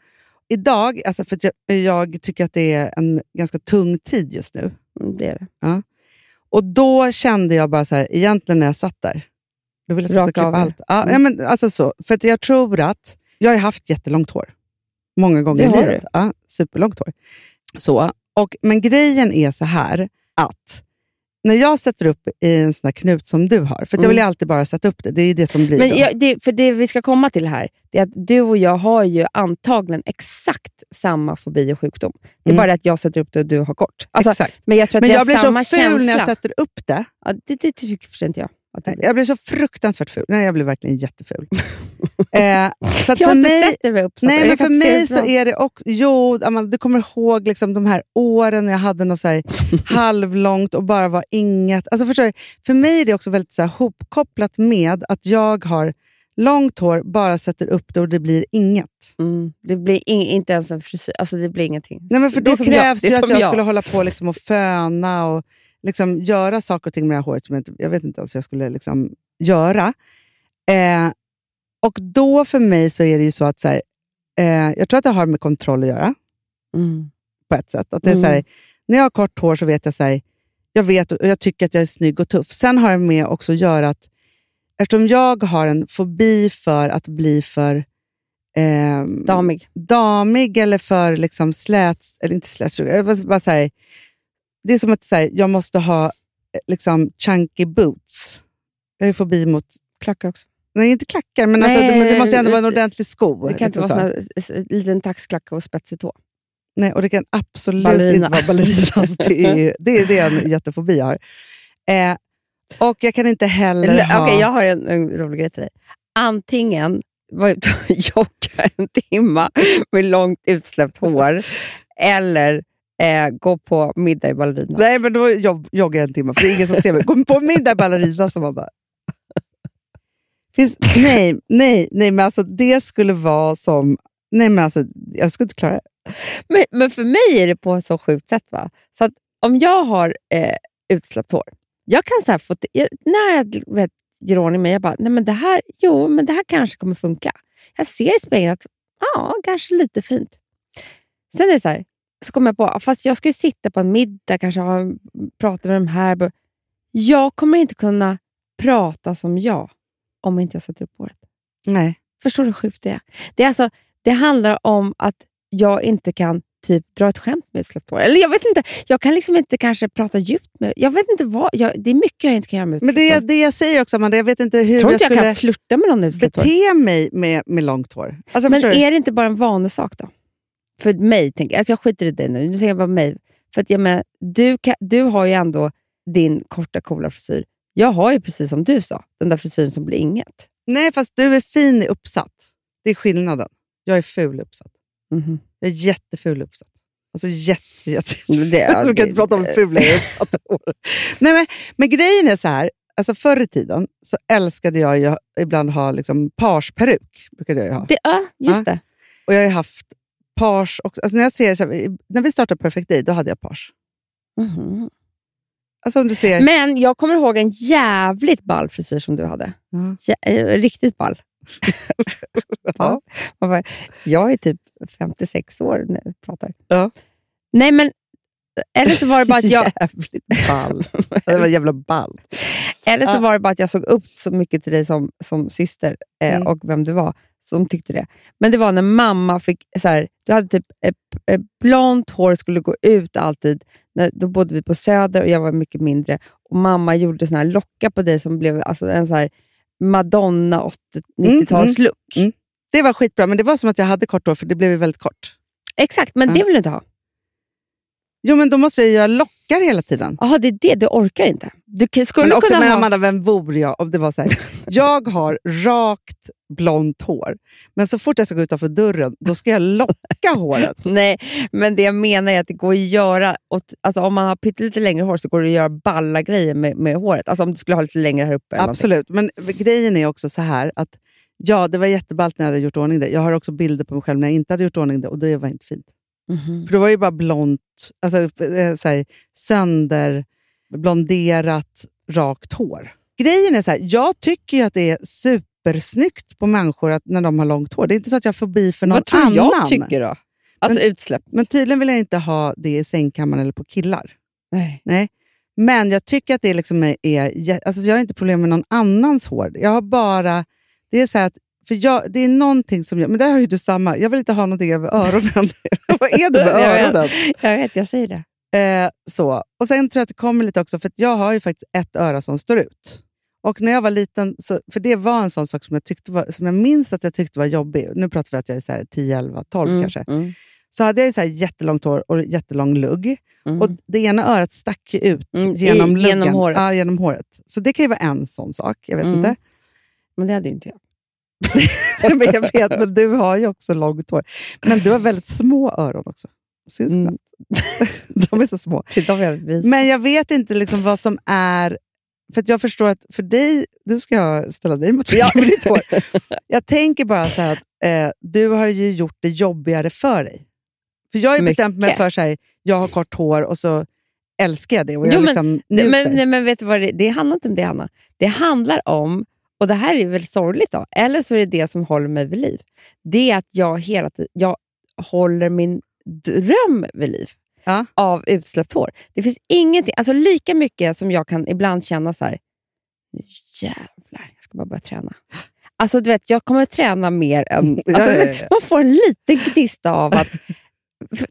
Speaker 3: Idag, alltså, för att jag, jag tycker att det är en ganska tung tid just nu.
Speaker 4: Mm, Det är det.
Speaker 3: Och då kände jag bara så här, egentligen när jag satt där, då ville jag att jag
Speaker 4: Raka
Speaker 3: skulle
Speaker 4: av
Speaker 3: klippa
Speaker 4: det.
Speaker 3: allt. Ja,
Speaker 4: Mm.
Speaker 3: ja, men, alltså så, för att jag tror att, jag har ju haft jättelångt hår. Många gånger
Speaker 4: Det
Speaker 3: i
Speaker 4: har
Speaker 3: livet. Ja, superlångt hår. Så, och, men grejen är så här att, när jag sätter upp i en sån här knut som du har, för att jag
Speaker 4: Mm.
Speaker 3: vill ju alltid bara sätta upp det, det är ju det som blir.
Speaker 4: Men
Speaker 3: då.
Speaker 4: jag, det, för det vi ska komma till här, det är att du och jag har ju antagligen exakt samma fobi och sjukdom. Det är
Speaker 3: Mm.
Speaker 4: bara det att jag sätter upp det och du har kort. Alltså,
Speaker 3: Exakt.
Speaker 4: men jag tror att
Speaker 3: Men
Speaker 4: vi
Speaker 3: jag
Speaker 4: har
Speaker 3: blir så
Speaker 4: samma
Speaker 3: ful när jag
Speaker 4: känsla. Mm.
Speaker 3: sätter upp det.
Speaker 4: Ja, det, det tycker för sig inte jag. Att det
Speaker 3: Nej,
Speaker 4: blir.
Speaker 3: Jag blir så fruktansvärt ful. Nej, jag blir verkligen jätteful. eh, så att
Speaker 4: jag har
Speaker 3: för
Speaker 4: inte
Speaker 3: mig,
Speaker 4: sett det med uppsatta.
Speaker 3: nej,
Speaker 4: Jag
Speaker 3: men
Speaker 4: kan
Speaker 3: för
Speaker 4: inte se
Speaker 3: mig
Speaker 4: det
Speaker 3: så
Speaker 4: bra.
Speaker 3: är det också... Jo, Amanda, du kommer ihåg liksom de här åren när jag hade något så här halvlångt och bara var inget. Alltså, förstår du? För mig är det också väldigt så här hopkopplat med att jag har långt hår, bara sätter upp det och det blir inget.
Speaker 4: Mm, det blir ing, inte ens en frisyr. Alltså det blir ingenting.
Speaker 3: Nej, men för
Speaker 4: Det är
Speaker 3: då
Speaker 4: som
Speaker 3: krävs det
Speaker 4: det är
Speaker 3: ju att
Speaker 4: som
Speaker 3: jag, skulle hålla på liksom och föna och liksom göra saker och ting med det här håret som jag, inte, jag vet inte ens hur jag skulle liksom göra. Eh, och då för mig så är det ju så att, så här, eh, jag tror att det har med kontroll att göra
Speaker 4: Mm.
Speaker 3: på ett sätt. Att det är så här,
Speaker 4: Mm.
Speaker 3: när jag har kort hår så vet jag så här, jag vet och jag tycker att jag är snygg och tuff. Sen har det med också att göra att eftersom jag har en fobi för att bli för ehm,
Speaker 4: Damig.
Speaker 3: damig eller för liksom slät, eller inte slätstruken. Jag var bara så här, Det är som att så här, jag måste ha eh, liksom chunky boots. Jag har ju fobi mot,
Speaker 4: Klacka också.
Speaker 3: nej inte klackar, men alltså,
Speaker 4: Nej,
Speaker 3: det, men det måste ju ändå
Speaker 4: det-
Speaker 3: vara en ordentlig sko.
Speaker 4: Det kan inte
Speaker 3: liksom
Speaker 4: vara
Speaker 3: så.
Speaker 4: sån här, s- s- liten taxklacka och spetsig tå.
Speaker 3: Nej, och det kan absolut
Speaker 4: Ballerina.
Speaker 3: inte vara ballerinas. Det är, ju- det är det är en jättefobi jag har. Eh, och jag kan inte heller
Speaker 4: Eller,
Speaker 3: ha...
Speaker 4: Okej, jag har en, en rolig grej till dig. Antingen vara ute och jogga en timma med långt utsläppt hår, eller eh, gå på middag i Ballerinas.
Speaker 3: Nej, men då jobb, joggar jag en timme, för det är ingen som ser mig. Gå på middag ballerina, som man bara. Finns, nej, nej, nej, men alltså det skulle vara som... Nej, men alltså jag skulle inte klara det.
Speaker 4: Men, men för mig är det på ett så sjukt sätt. Va? Så att om jag har eh, utsläppt hår, jag kan så här få, jag, när jag vet, gör ordning mig, jag bara, nej men det här, jo, men det här kanske kommer funka. Jag ser i spegeln att, ja, kanske lite fint. Sen är det så här, så kommer jag på, ja, fast jag ska ju sitta på en middag, kanske ha, en- prata med de här. Jag kommer inte kunna prata som jag om inte jag sätter upp håret.
Speaker 3: Nej.
Speaker 4: Förstår du hur sjukt det är? Det, är alltså, det handlar om att jag inte kan typ dra ett skämt med utsläppt hår. Eller jag vet inte, jag kan liksom inte kanske prata djupt med... Jag vet inte vad, jag, det är mycket jag inte kan göra med
Speaker 3: Men
Speaker 4: utsläppt
Speaker 3: det, är
Speaker 4: hår.
Speaker 3: det jag säger också, Amanda, jag vet inte hur
Speaker 4: Jag tror inte jag,
Speaker 3: skulle
Speaker 4: kan flirta med någon med utsläppt hår.
Speaker 3: bete mig med, med långt hår. Alltså,
Speaker 4: Men
Speaker 3: förstår du?
Speaker 4: är det inte bara en vanesak då? För mig, tänker jag. Alltså jag skiter i dig nu. Nu säger jag bara mig. För att, jag menar, du, kan, du har ju ändå din korta, coola frisyr. Jag har ju precis som du sa, den där frisyren som blir inget.
Speaker 3: Nej, fast du är fin i uppsatt. Det är skillnaden. Jag är ful i uppsatt.
Speaker 4: Mhm.
Speaker 3: Jag är jätteful uppsatt. Alltså jätte, jätte,
Speaker 4: Det-
Speaker 3: jätte. Jag
Speaker 4: det-
Speaker 3: kan inte prata om
Speaker 4: det-
Speaker 3: fulare uppsatta hår. Nej, men, men grejen är så här. Alltså förr i tiden så älskade jag ju ibland ha liksom parsperuk. Brukade jag ju ha.
Speaker 4: Det, ja, just
Speaker 3: Ja.
Speaker 4: det.
Speaker 3: Och jag har ju haft pars också. Alltså när, jag ser, så här, när vi startade Perfect Day, då hade jag pars.
Speaker 4: Mhm.
Speaker 3: Alltså om du ser...
Speaker 4: Men jag kommer ihåg en jävligt ball frisyr som du hade.
Speaker 3: Ja.
Speaker 4: Jä- eh, riktigt ball. ja. Man bara, jag är typ 56 år när jag pratar.
Speaker 3: Ja.
Speaker 4: Nej, men... Eller så var det bara att jag...
Speaker 3: Jävligt ball. Ja, det var jävla ball.
Speaker 4: Eller så
Speaker 3: Ja.
Speaker 4: var det bara att jag såg upp så mycket till dig som, som syster eh,
Speaker 3: Mm.
Speaker 4: och vem du var som tyckte det. Men det var när mamma fick, så här, du hade typ eh, p- eh, blont hår skulle gå ut alltid. När, då bodde vi på Söder och jag var mycket mindre. Och Mamma gjorde såna här lockar på dig som blev alltså, en så här Madonna 80-90-talslook.
Speaker 3: Mm, Det var skitbra, men det var som att jag hade kort hår, för det blev ju väldigt kort.
Speaker 4: Exakt, men
Speaker 3: Ja.
Speaker 4: det vill du inte ha.
Speaker 3: Jo, men då måste jag göra lockar hela tiden.
Speaker 4: Jaha, det är det. Du orkar inte. Du k- skulle
Speaker 3: Men också
Speaker 4: kunna
Speaker 3: med
Speaker 4: ha...
Speaker 3: Amanda, vem vore jag om det var så här. Jag har rakt blont hår, men så fort jag ska gå utanför dörren, då ska jag locka håret.
Speaker 4: Nej, men det jag menar är att det går att göra... åt- Alltså om man har pyttelite längre hår så går det att göra balla grejer med, med håret. Alltså om du skulle ha lite längre här uppe. eller någonting.
Speaker 3: Absolut, men grejen är också så här att ja, det var jätteballt när jag hade gjort ordning det. Jag har också bilder på mig själv när jag inte hade gjort ordning det och det var inte fint.
Speaker 4: Mhm.
Speaker 3: För då var det ju bara blont, alltså, eh, så här, sönder, blonderat, rakt hår. Grejen är så här, jag tycker ju att det är supersnyggt på människor att, när de har långt hår. Det är inte så att jag får bi för någon
Speaker 4: Vad tror
Speaker 3: annan.
Speaker 4: jag tycker då? Alltså utsläpp.
Speaker 3: Men tydligen vill jag inte ha det i sängkammaren eller på killar.
Speaker 4: Nej.
Speaker 3: Men jag tycker att det liksom är... är jä- alltså jag har inte problem med någon annans hår. Jag har bara... Det är så här att... För jag, det är någonting som jag... Men där har ju du samma. Jag vill inte ha någonting över öronen. Vad är det med
Speaker 4: Jag vet.
Speaker 3: öronen?
Speaker 4: Jag vet, jag säger det.
Speaker 3: Eh, så. Och Sen tror jag att det kommer lite också, för att jag har ju faktiskt ett öra som står ut. Och när jag var liten, så, för det var en sån sak som jag, tyckte var, som jag minns att jag tyckte var jobbig. Nu pratar vi att jag är så här 10, 11, 12 kanske.
Speaker 4: mm.
Speaker 3: Så hade jag ju så här jättelångt hår och jättelång lugg.
Speaker 4: Mm.
Speaker 3: Och det ena örat stack ju ut
Speaker 4: Mm, i-
Speaker 3: genom luggen.
Speaker 4: genom håret.
Speaker 3: Ja, genom håret. Så det kan ju vara en sån sak. Jag vet
Speaker 4: Mm.
Speaker 3: inte.
Speaker 4: Men det hade ju inte jag.
Speaker 3: men jag vet, men du har ju också långt hår. Men du har väldigt små öron också. Syns
Speaker 4: Mm.
Speaker 3: knappt. De är så små.
Speaker 4: Titta om jag vis.
Speaker 3: Men jag vet inte liksom vad som är... För att jag förstår att för dig, nu ska jag ställa dig mot väggen med ditt hår. Jag tänker bara så här att eh, du har ju gjort det jobbigare för dig. För jag har ju bestämt mig
Speaker 4: Mycket.
Speaker 3: för så här, jag har kort hår och så älskar jag det och jag
Speaker 4: Jo, men-
Speaker 3: liksom
Speaker 4: Nej,
Speaker 3: njuter.
Speaker 4: men, nej, men vet du vad det, det handlar inte om det, Hanna. Det handlar om, och det här är väl sorgligt då, eller så är det det som håller mig vid liv. Det är att jag hela tiden, jag håller min dröm vid liv
Speaker 3: Ja.
Speaker 4: av utsläppt hår. Det finns ingenting, alltså lika mycket som jag kan ibland känna så här, nu jävlar, jag ska bara börja träna. Alltså du vet, jag kommer att träna mer än...
Speaker 3: Ja,
Speaker 4: Alltså,
Speaker 3: ja,
Speaker 4: du vet,
Speaker 3: ja.
Speaker 4: Man får en liten gnista av att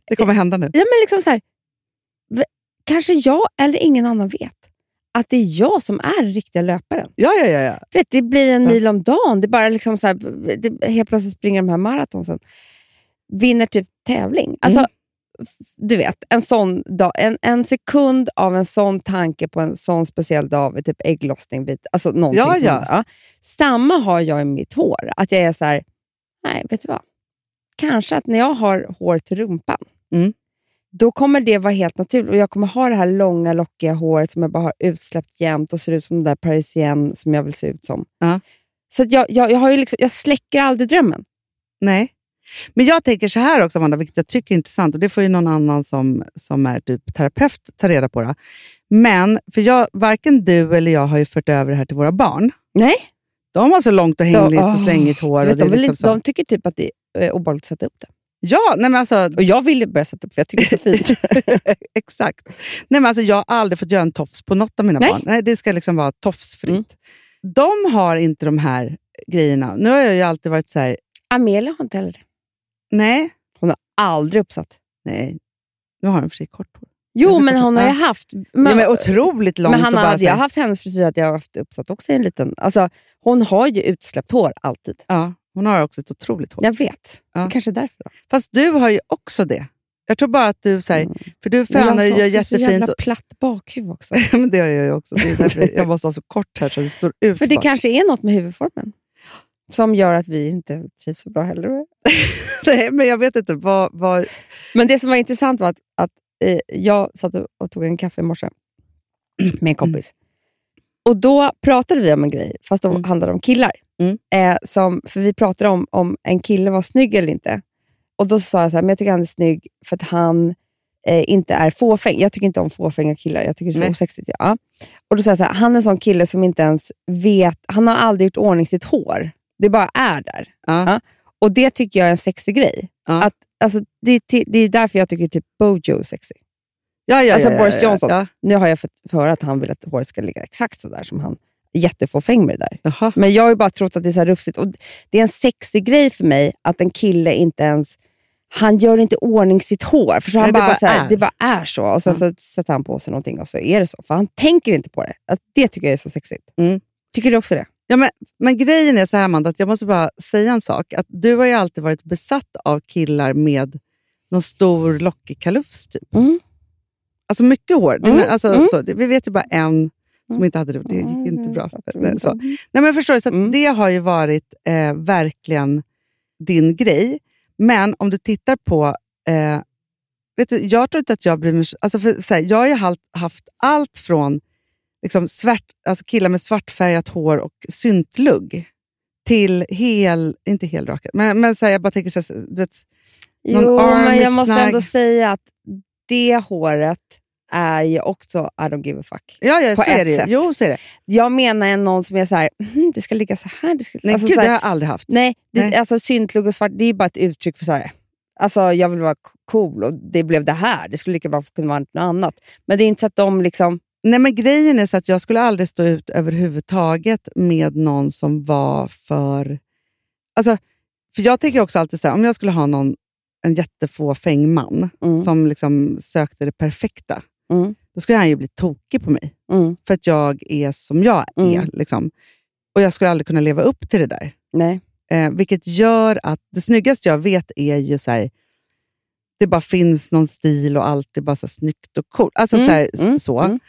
Speaker 3: Det kommer hända nu.
Speaker 4: Ja, men liksom så här, v- kanske jag eller ingen annan vet att det är jag som är den riktiga löparen.
Speaker 3: Ja, ja, ja. ja.
Speaker 4: Du vet, det blir en
Speaker 3: Ja.
Speaker 4: mil om dagen. Det är bara liksom så här, det, helt plötsligt springer de här maratonsen. Vinner typ tävling. Alltså,
Speaker 3: Mm.
Speaker 4: f- Du vet, en, sån dag, en, en sekund av en sån tanke på en sån speciell dag vid typ ägglossning. Vid, alltså någonting
Speaker 3: Ja,
Speaker 4: som
Speaker 3: ja.
Speaker 4: händer, Samma har jag i mitt hår. Att jag är så här, nej, vet du vad? Kanske att när jag har hår till rumpan,
Speaker 3: Mm.
Speaker 4: då kommer det vara helt naturligt. Och jag kommer ha det här långa, lockiga håret som jag bara har utsläppt jämt och ser ut som den där parisien som jag vill se ut som.
Speaker 3: Ja.
Speaker 4: Så att jag, jag, jag, har ju liksom, jag släcker aldrig drömmen.
Speaker 3: Nej. Men jag tänker så här också, Amanda, vilket jag tycker är intressant. Och Det får ju någon annan som, som är typ terapeut ta reda på. Då. Men, för jag, varken du eller jag har ju fört över det här till våra barn.
Speaker 4: Nej.
Speaker 3: De har så långt och hängligt och slängigt hår.
Speaker 4: Du
Speaker 3: Och
Speaker 4: vet,
Speaker 3: det
Speaker 4: de,
Speaker 3: är
Speaker 4: vill,
Speaker 3: liksom
Speaker 4: inte-
Speaker 3: så.
Speaker 4: de tycker typ att det är obehagligt att sätta upp det.
Speaker 3: Ja, nej men alltså,
Speaker 4: Och jag ville börja sätta upp för jag tycker typ- det är så fint.
Speaker 3: exakt. Nej men alltså, jag har aldrig fått göra en tofs på något av mina
Speaker 4: Nej.
Speaker 3: barn. Nej, det ska liksom vara tofsfritt.
Speaker 4: Mm.
Speaker 3: De har inte de här grejerna. Nu har jag ju alltid varit så här,
Speaker 4: Amelia har inte heller det.
Speaker 3: nej,
Speaker 4: Aldrig uppsatt.
Speaker 3: nej. Nu har de för sig kort hår.
Speaker 4: Jo,
Speaker 3: Alltså,
Speaker 4: men
Speaker 3: kanske-
Speaker 4: hon har ju
Speaker 3: ja.
Speaker 4: haft...
Speaker 3: Men, men otroligt långt.
Speaker 4: men
Speaker 3: och
Speaker 4: Hanna,
Speaker 3: bara
Speaker 4: hade
Speaker 3: så
Speaker 4: jag
Speaker 3: här-
Speaker 4: haft hennes frisyr hade jag haft uppsatt också i en liten... Alltså, hon har ju utsläppt hår alltid.
Speaker 3: Ja, hon har också ett otroligt hår.
Speaker 4: Jag vet.
Speaker 3: Ja.
Speaker 4: Det kanske är därför. Då.
Speaker 3: Fast du har ju också det. Jag tror bara att du, så här,
Speaker 4: Mm.
Speaker 3: för du
Speaker 4: Men
Speaker 3: fönar
Speaker 4: jag
Speaker 3: ju
Speaker 4: har
Speaker 3: gör
Speaker 4: också så
Speaker 3: jättefint.
Speaker 4: jävla
Speaker 3: Och,
Speaker 4: platt bakhuvud också.
Speaker 3: men det gör jag ju också. Det är därför jag måste ha så kort här så det står ut.
Speaker 4: För det
Speaker 3: bara.
Speaker 4: kanske är något med huvudformen. Som gör att vi inte trivs så bra heller.
Speaker 3: Nej, men jag vet inte vad... vad
Speaker 4: Men det som var intressant var att, att eh, jag satt och- och tog en kaffe i morse med en kompis. Mm. Och då pratade vi om en grej, fast då
Speaker 3: Mm.
Speaker 4: handlade det om killar.
Speaker 3: Mm.
Speaker 4: Eh, som, för vi pratade om om en kille var snygg eller inte. Och Då sa jag så här, men jag tycker han är snygg för att han eh, inte är fåfäng. Jag tycker inte om fåfänga killar. Jag tycker det är så
Speaker 3: Nej.
Speaker 4: osexigt. Ja. Och då sa jag så här, han är en sån kille som inte ens vet... Han har aldrig gjort ordning sitt hår. Det bara är där.
Speaker 3: Ja.
Speaker 4: Och det tycker jag är en sexig grej.
Speaker 3: Ja.
Speaker 4: Att, alltså, det, är ti- det är därför jag tycker typ Bojo är sexig.
Speaker 3: Ja, ja,
Speaker 4: Alltså
Speaker 3: ja, ja,
Speaker 4: Boris
Speaker 3: ja,
Speaker 4: Johnson.
Speaker 3: Ja.
Speaker 4: Nu har jag fått höra att han vill att håret ska ligga exakt sådär som han. Jättefåfäng med det där.
Speaker 3: Jaha.
Speaker 4: Men jag har ju bara trott att det är så här rufsigt. Och det är en sexig grej för mig att en kille inte ens... Han gör inte i ordning sitt hår. För så han
Speaker 3: Nej, det
Speaker 4: bara,
Speaker 3: bara
Speaker 4: så här,
Speaker 3: är.
Speaker 4: det bara är så. Och sen så sätter han på sig någonting och så är det så. För han tänker inte på det. Att det tycker jag är så sexigt.
Speaker 3: Mm.
Speaker 4: Tycker du också det?
Speaker 3: Ja, men, men grejen är så här, Amanda, att jag måste bara säga en sak. Att du har ju alltid varit besatt av killar med någon stor lockig kalufs, typ.
Speaker 4: Mm.
Speaker 3: Alltså mycket hår. Det-
Speaker 4: Mm,
Speaker 3: Alltså,
Speaker 4: mm.
Speaker 3: Så, det- vi vet ju bara en som
Speaker 4: Mm.
Speaker 3: inte hade det. Det gick inte bra.
Speaker 4: Jag tror
Speaker 3: Nej,
Speaker 4: inte
Speaker 3: Mm, Så.
Speaker 4: om det.
Speaker 3: Nej, men förstår du, så att
Speaker 4: Mm.
Speaker 3: det har ju varit eh, verkligen din grej. Men om du tittar på... Eh, vet du, jag tror inte att jag bryr mig... Alltså för, så här, jag har ju haft, haft allt från liksom, svart, alltså killar med svartfärgat hår och syntlugg till hel... Inte helrakat, men, men så här, jag bara tänker... Så här, du vet, Någon
Speaker 4: Jo, men
Speaker 3: army
Speaker 4: jag måste
Speaker 3: snag.
Speaker 4: ändå säga att det håret är ju också I don't give a fuck.
Speaker 3: ja, ja,
Speaker 4: På
Speaker 3: så är
Speaker 4: ett
Speaker 3: det ju.
Speaker 4: sätt.
Speaker 3: Jo, så är det.
Speaker 4: Jag menar en någon som är så här, "Mhm, det ska ligga så här. Det ska,
Speaker 3: Nej,
Speaker 4: alltså,
Speaker 3: gud,
Speaker 4: så här
Speaker 3: det har jag aldrig haft.
Speaker 4: nej, det,
Speaker 3: Nej.
Speaker 4: alltså syntlugg och svart, det är ju bara ett uttryck för så här, alltså jag vill vara c- cool och det blev det här. Det skulle lika bra kunna vara något annat. Men det är inte så att de liksom,
Speaker 3: Nej, men grejen är så att jag skulle aldrig stå ut överhuvudtaget med någon som var för... Alltså, för jag tänker också alltid så här, om jag skulle ha någon, en jättefåfäng man
Speaker 4: Mm.
Speaker 3: som liksom sökte det perfekta,
Speaker 4: Mm.
Speaker 3: då skulle han ju bli tokig på mig.
Speaker 4: Mm.
Speaker 3: För att jag är som jag är.
Speaker 4: Mm.
Speaker 3: Liksom. Och jag skulle aldrig kunna leva upp till det där.
Speaker 4: nej.
Speaker 3: Eh, vilket gör att det snyggaste jag vet är ju så här, det bara finns någon stil och allt är bara så här snyggt och coolt. Alltså
Speaker 4: Mm,
Speaker 3: så. Här, s-
Speaker 4: mm,
Speaker 3: så.
Speaker 4: mm.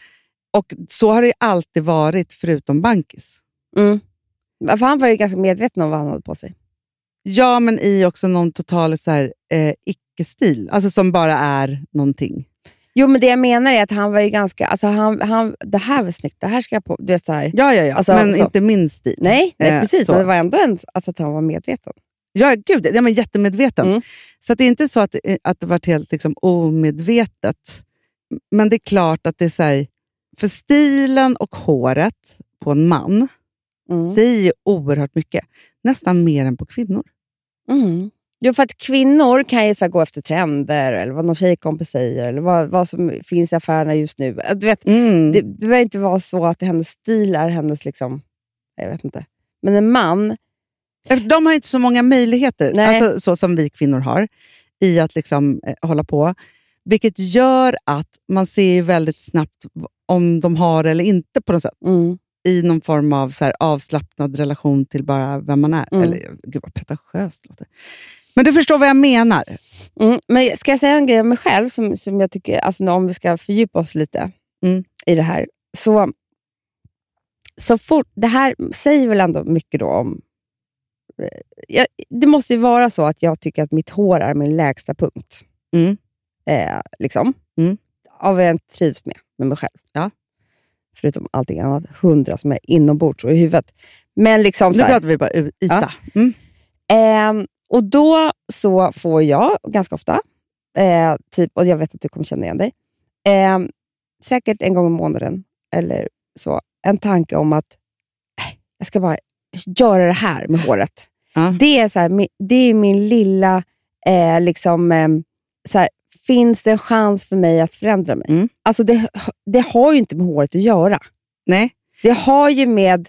Speaker 3: Och så har det ju alltid varit, förutom bankis.
Speaker 4: För han var ju ganska medveten om vad han hade på sig.
Speaker 3: Ja, men i också någon total så här, eh, icke-stil, alltså som bara är någonting.
Speaker 4: Jo, men det jag menar är att han var ju ganska, alltså han, han det här var snyggt, det här ska jag på. Du vet så här,
Speaker 3: Ja, ja, ja.
Speaker 4: Alltså,
Speaker 3: men
Speaker 4: så.
Speaker 3: inte min stil.
Speaker 4: Nej, nej
Speaker 3: Eh,
Speaker 4: precis.
Speaker 3: så.
Speaker 4: Men det var ändå en, alltså, att, att han var medveten.
Speaker 3: Ja, gud, ja, men jättemedveten.
Speaker 4: Mm.
Speaker 3: Så att det är inte så att, det- att det varit helt liksom, omedvetet. Men det är klart att det är så här, för stilen och håret på en man
Speaker 4: Mm.
Speaker 3: säger ju oerhört mycket. Nästan mer än på kvinnor.
Speaker 4: Mm. Jo, för att kvinnor kan ju så här, gå efter trender eller vad någon tjejkompis säger eller vad, vad som finns i affärerna just nu. Du vet,
Speaker 3: Mm.
Speaker 4: det, det behöver inte vara så att hennes stil är hennes... liksom Jag vet inte. Men en man...
Speaker 3: Eftersom eh, De har ju inte så många möjligheter,
Speaker 4: Nej.
Speaker 3: alltså, så som vi kvinnor har, i att liksom, eh, hålla på. Vilket gör att man ser ju väldigt snabbt v- om de har eller inte på något sätt. i någon form av så här avslappnad relation till bara vem man är.
Speaker 4: Mm.
Speaker 3: Eller, gud vad pretentiöst det låter. Men du förstår vad jag menar.
Speaker 4: Mm. Men ska jag säga en grej om mig själv, som, som jag tycker, alltså, nu om vi ska fördjupa oss lite
Speaker 3: Mm.
Speaker 4: i det här. Så, så fort, det här säger väl ändå mycket då om... eh, Jag, det måste ju vara så att jag tycker att mitt hår är min lägsta punkt.
Speaker 3: Mm.
Speaker 4: Eh, liksom.
Speaker 3: Mm.
Speaker 4: Av vad jag trivs med, med mig själv.
Speaker 3: Ja.
Speaker 4: Förutom allting annat, hundra som är inombords och i huvudet. Men liksom så
Speaker 3: Nu
Speaker 4: här,
Speaker 3: pratar vi bara u- yta. Mm.
Speaker 4: Ehm, och då så får jag ganska ofta, eh, typ, och jag vet att du kommer känna igen dig, ehm, säkert en gång i månaden eller så, en tanke om att "Äh, jag ska bara göra det här med håret.
Speaker 3: Ja.
Speaker 4: Det är, så här, mi- det är min lilla... Eh, liksom, ehm, så här, finns det en chans för mig att förändra mig?
Speaker 3: Mm.
Speaker 4: Alltså det, det har ju inte med håret att göra.
Speaker 3: Nej.
Speaker 4: Det har ju med,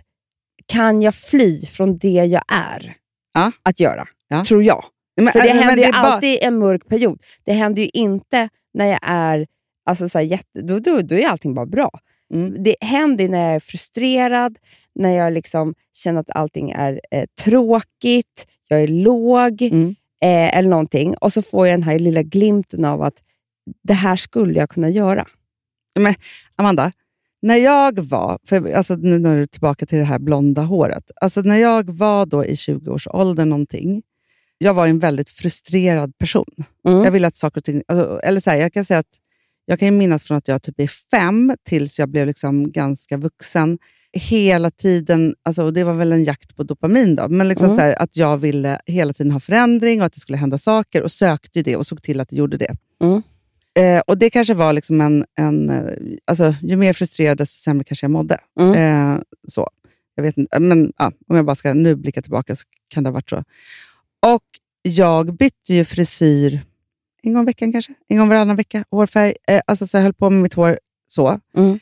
Speaker 4: kan jag fly från det jag är?
Speaker 3: Ja.
Speaker 4: Att göra,
Speaker 3: Ja.
Speaker 4: tror jag.
Speaker 3: Men,
Speaker 4: För det
Speaker 3: äh, men
Speaker 4: händer ju
Speaker 3: är bara-
Speaker 4: alltid en mörk period. Det händer ju inte när jag är... Alltså så här, jätte, då, då, då är allting bara bra.
Speaker 3: Mm.
Speaker 4: Det händer ju när jag är frustrerad, när jag liksom känner att allting är eh, tråkigt, jag är låg
Speaker 3: Mm.
Speaker 4: eh, eller någonting. Och så får jag den här lilla glimten av att det här skulle jag kunna göra.
Speaker 3: Amanda, När jag var, för alltså, nu när du är tillbaka till det här blonda håret. Alltså, när jag var då i 20-årsåldern någonting, jag var ju en väldigt frustrerad person.
Speaker 4: Mm.
Speaker 3: Jag ville att saker och ting... Alltså, eller så här, jag kan säga att jag kan ju minnas från att jag typ är fem tills jag blev liksom ganska vuxen. Hela tiden, alltså, och det var väl en jakt på dopamin då, men liksom
Speaker 4: Mm.
Speaker 3: så här, att jag ville hela tiden ha förändring och att det skulle hända saker och sökte ju det och såg till att det gjorde det.
Speaker 4: Mm.
Speaker 3: Eh, och det kanske var liksom en... en eh, alltså, ju mer frustrerad, desto sämre kanske jag mådde.
Speaker 4: Mm.
Speaker 3: Eh, så. Jag vet inte, men ja, om jag bara ska nu blicka tillbaka så kan det ha varit så. Och jag bytte ju frisyr en gång i veckan kanske, en gång varannan vecka, hårfärg. Eh, alltså så jag höll på med mitt hår så.
Speaker 4: Mm.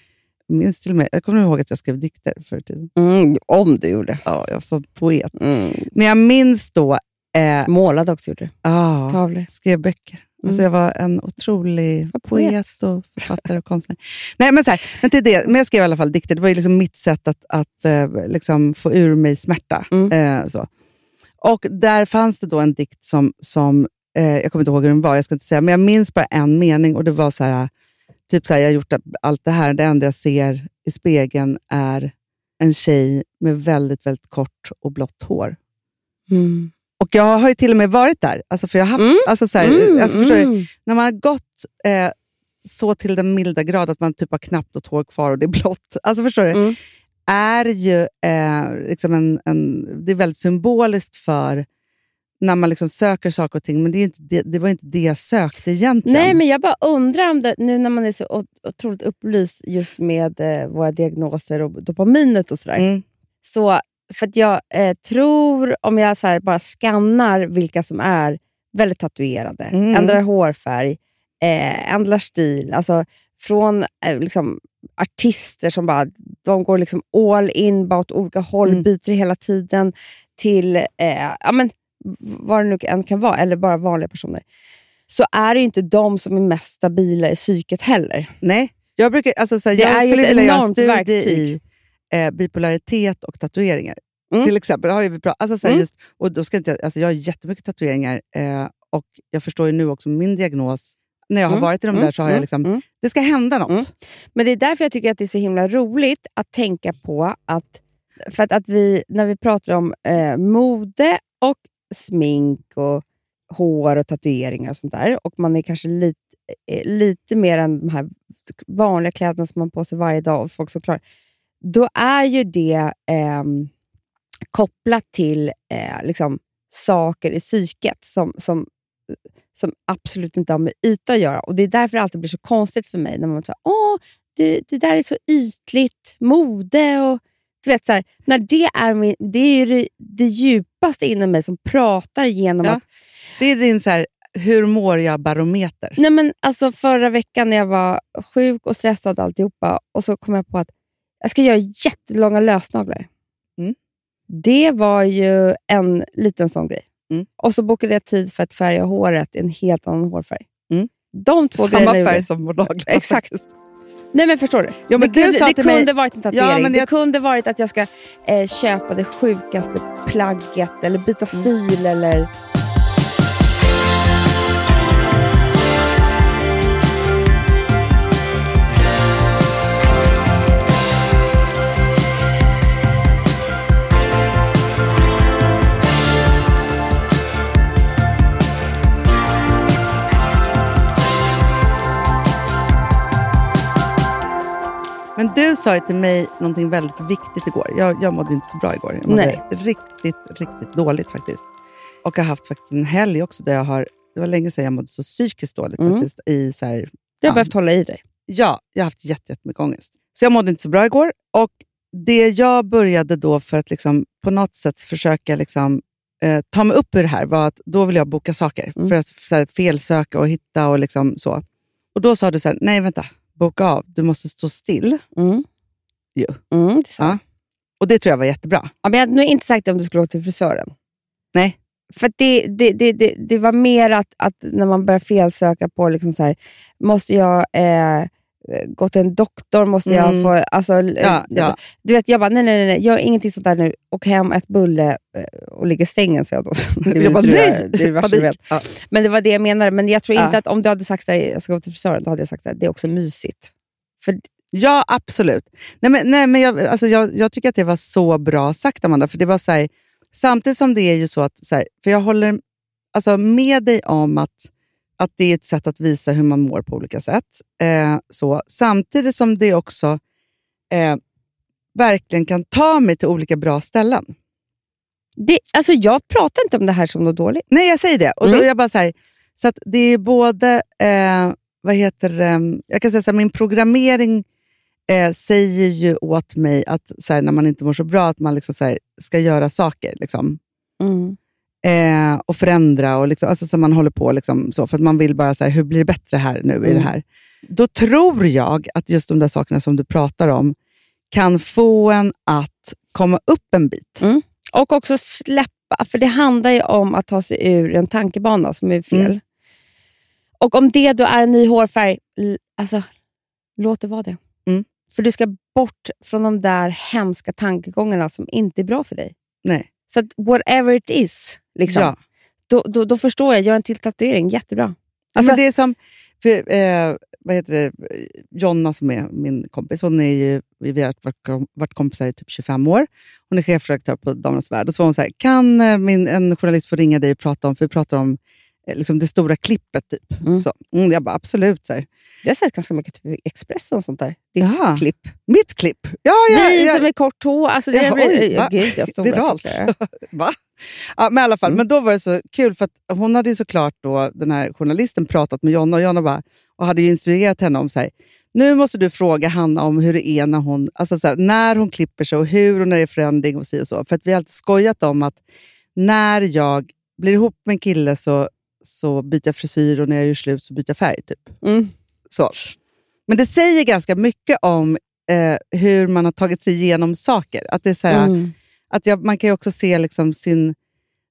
Speaker 3: Minns till och med, jag kommer ihåg att jag skrev dikter förr i tiden.
Speaker 4: Mm, om du gjorde.
Speaker 3: Ja, jag var så poet.
Speaker 4: Mm.
Speaker 3: Men jag minns då... Eh,
Speaker 4: Målade också gjorde du.
Speaker 3: ah,
Speaker 4: Tavlor.
Speaker 3: skrev böcker. Alltså
Speaker 4: Mm.
Speaker 3: jag var en otrolig
Speaker 4: Vad poet.
Speaker 3: poet och författare och konstnär. Nej, men, så här, men, till det, men jag skrev i alla fall dikter. Det var ju liksom mitt sätt att, att eh, liksom få ur mig smärta.
Speaker 4: Mm.
Speaker 3: Eh, så. Och där fanns det då en dikt som, som eh, jag kommer inte ihåg hur den var, jag ska inte säga, men jag minns bara en mening och det var så här, typ så här, jag har gjort allt det här, det enda jag ser i spegeln är en tjej med väldigt, väldigt kort och blått hår.
Speaker 4: Mm.
Speaker 3: Och jag har ju till och med varit där. Alltså för jag har haft,
Speaker 4: Mm.
Speaker 3: alltså så här,
Speaker 4: Mm,
Speaker 3: alltså förstår
Speaker 4: mm.
Speaker 3: Du, när man har gått eh, så till den milda grad att man typ har knappt något hår kvar och det är blått. Alltså förstår du?
Speaker 4: Mm.
Speaker 3: Är ju, eh, liksom en, en, det är väldigt symboliskt för när man liksom söker saker och ting, men det, är inte det, det var inte det jag sökte egentligen.
Speaker 4: Nej, men jag bara undrar om det, nu när man är så o- otroligt upplyst just med eh, våra diagnoser och dopaminet och sådär.
Speaker 3: Mm.
Speaker 4: Så, för att jag eh, tror, om jag så här bara skannar vilka som är väldigt tatuerade,
Speaker 3: Mm.
Speaker 4: ändrar hårfärg, eh, ändrar stil. Alltså från eh, liksom, artister som bara de går liksom all in, bara åt olika håll,
Speaker 3: Mm.
Speaker 4: byter hela tiden, till eh, ja, men, vad det nu än kan vara, eller bara vanliga personer. Så är det ju inte de som är mest stabila i psyket heller.
Speaker 3: Nej, jag, brukar, alltså, så här,
Speaker 4: Det är
Speaker 3: jag
Speaker 4: ju
Speaker 3: skulle
Speaker 4: ett
Speaker 3: vilja göra en
Speaker 4: enormt
Speaker 3: studie
Speaker 4: verktyg.
Speaker 3: i eh, bipolaritet och tatueringar.
Speaker 4: Mm.
Speaker 3: Till exempel. Har ju vi pra- alltså, så här,
Speaker 4: Mm.
Speaker 3: just, och då ska inte, jag- alltså, jag har jättemycket tatueringar eh, och jag förstår ju nu också min diagnos. När jag har
Speaker 4: Mm,
Speaker 3: varit i de
Speaker 4: mm,
Speaker 3: där så har jag
Speaker 4: mm,
Speaker 3: liksom,
Speaker 4: mm.
Speaker 3: det ska hända något.
Speaker 4: Mm. Men det är därför jag tycker att det är så himla roligt att tänka på att... För att, att vi, när vi pratar om eh, mode och smink och hår och tatueringar och sånt där och man är kanske lite, eh, lite mer än de här vanliga kläderna som man har på sig varje dag och folk såklart. Då är ju det ehm, kopplat till eh, liksom, saker i psyket som, som som absolut inte har med yta att göra. Och Det är därför det alltid blir så konstigt för mig när man säger åh, det, det där är så ytligt, mode och... Du vet, så här, när det är, min, det, är ju det, det djupaste inom mig som pratar genom
Speaker 3: Ja.
Speaker 4: att
Speaker 3: Det är din så här, hur mår jag-barometer.
Speaker 4: Nej, men alltså förra veckan när jag var sjuk och stressad och alltihopa och så kom jag på att jag ska göra jättelånga lösnaglar.
Speaker 3: Mm.
Speaker 4: Det var ju en liten sån grej.
Speaker 3: Mm.
Speaker 4: Och så bokade jag tid för att färga håret i en helt annan hårfärg.
Speaker 3: Mm.
Speaker 4: De två
Speaker 3: Samma
Speaker 4: grejerna gjorde
Speaker 3: färg
Speaker 4: jag.
Speaker 3: som vår daglig.
Speaker 4: Exakt. Nej men förstår du?
Speaker 3: Ja, men
Speaker 4: det
Speaker 3: du
Speaker 4: kunde,
Speaker 3: sa
Speaker 4: det
Speaker 3: till
Speaker 4: kunde
Speaker 3: mig-
Speaker 4: varit en tatuering.
Speaker 3: men
Speaker 4: Det
Speaker 3: jag-
Speaker 4: kunde varit att jag ska eh, köpa det sjukaste plagget eller byta stil eller...
Speaker 3: Men du sa ju till mig någonting väldigt viktigt igår. Jag, jag mådde inte så bra igår. Jag mådde
Speaker 4: Nej.
Speaker 3: riktigt, riktigt dåligt faktiskt. Och jag har haft faktiskt en helg också där jag har, det var länge sedan jag mådde så psykiskt dåligt
Speaker 4: Mm.
Speaker 3: faktiskt. I så här,
Speaker 4: Jag har
Speaker 3: Ja.
Speaker 4: behövt hålla i dig.
Speaker 3: Ja, jag har haft jätte- jättemycket ångest. Så jag mådde inte så bra igår. Och Det jag började då för att liksom på något sätt försöka liksom, eh, ta mig upp ur det här var att då vill jag boka saker.
Speaker 4: Mm.
Speaker 3: För att så här, felsöka och hitta och liksom så. Och Då sa du så här, nej vänta, boka av. Du måste stå still.
Speaker 4: Mm.
Speaker 3: Jo.
Speaker 4: Mm, det är sant.
Speaker 3: Ja. Och Det tror jag var jättebra.
Speaker 4: Ja, men jag hade nog inte sagt om du skulle gå till frisören.
Speaker 3: Nej.
Speaker 4: För att det, det, det, det, det var mer att, att när man börjar felsöka på, liksom så här, måste jag eh, gå till en doktor? Måste jag
Speaker 3: Mm.
Speaker 4: få... Alltså, l-
Speaker 3: Ja, ja.
Speaker 4: Du vet, jag bara, nej, nej, nej, nej, gör ingenting sånt där nu. Åk hem, ät bulle eh, och ligg i sängen, sa jag då. Det vill
Speaker 3: Jag bara,
Speaker 4: inte du
Speaker 3: nej!
Speaker 4: göra. Det är det värsta jag
Speaker 3: Panik.
Speaker 4: vet.
Speaker 3: Ja.
Speaker 4: Men det var det jag menade. Men jag tror
Speaker 3: Ja.
Speaker 4: inte att om du hade sagt att jag ska gå till frisören, då hade jag sagt att det är också mysigt. För
Speaker 3: Ja, absolut. Nej, men, nej, men jag, alltså, jag, jag tycker att det var så bra sagt, Amanda. För det var så här, samtidigt som det är ju så att... Så här, för jag håller alltså, med dig om att, att det är ett sätt att visa hur man mår på olika sätt. Eh, så, samtidigt som det också eh, verkligen kan ta mig till olika bra ställen.
Speaker 4: Det, alltså jag pratar inte om det här som något dåligt.
Speaker 3: Nej, jag säger det. Och då
Speaker 4: Mm.
Speaker 3: jag bara så här, så att det är både, eh, vad heter det? jag kan säga så här, min programmering eh, säger ju åt mig att så här, när man inte mår så bra, att man liksom så här, ska göra saker. Liksom.
Speaker 4: Mm.
Speaker 3: Eh, och förändra och liksom, alltså, så man håller på liksom, så, för att man vill bara så här, hur blir det bättre här nu
Speaker 4: Mm.
Speaker 3: i det här? Då tror jag att just de där sakerna som du pratar om kan få en att komma upp en bit.
Speaker 4: Mm. Och också släppa, för det handlar ju om att ta sig ur en tankebana som är fel.
Speaker 3: Mm.
Speaker 4: Och om det då är en ny hårfärg, l- alltså, låt det vara det.
Speaker 3: Mm.
Speaker 4: För du ska bort från de där hemska tankegångarna som inte är bra för dig.
Speaker 3: Nej.
Speaker 4: Så att whatever it is, liksom,
Speaker 3: Ja.
Speaker 4: då, då, då förstår jag. Gör en till tatuering, jättebra.
Speaker 3: Alltså,
Speaker 4: Alltså-
Speaker 3: men det är som, för, eh, vad heter det, Jonna som är min kompis, hon är ju, vi har varit kom- varit kompisar i typ 25 år. Hon är chefredaktör på Damernas Värld. Och så var hon så här, kan eh, min, en journalist få ringa dig och prata om, för vi pratar om eh, liksom det stora klippet typ.
Speaker 4: Mm.
Speaker 3: Så, mm, jag bara absolut. Så här.
Speaker 4: Jag har sett ganska mycket typ Expressen och sånt där. Ditt
Speaker 3: Jaha.
Speaker 4: klipp.
Speaker 3: Mitt klipp! Ja, ja,
Speaker 4: Vi
Speaker 3: ja.
Speaker 4: som är kort hår. Alltså, det
Speaker 3: Ja, oj,
Speaker 4: blir,
Speaker 3: va?
Speaker 4: gud, jag stod
Speaker 3: Viralt. Va? Ja, men i alla
Speaker 4: Mm.
Speaker 3: fall, men då var det så kul för att hon hade ju såklart då, den här journalisten pratat med Jonna och Jonna bara, och hade ju instruerat henne om så här, nu måste du fråga Hanna om hur det är när hon, alltså så här, när hon klipper sig och hur och när det är förändring och si och så. För att vi har alltid skojat om att när jag blir ihop med en kille så, så byter jag frisyr och när jag gör slut så byter jag färg. Typ.
Speaker 4: Mm.
Speaker 3: Så. Men det säger ganska mycket om eh, hur man har tagit sig igenom saker. Att det är så här,
Speaker 4: Mm.
Speaker 3: att jag, man kan ju också se liksom sin,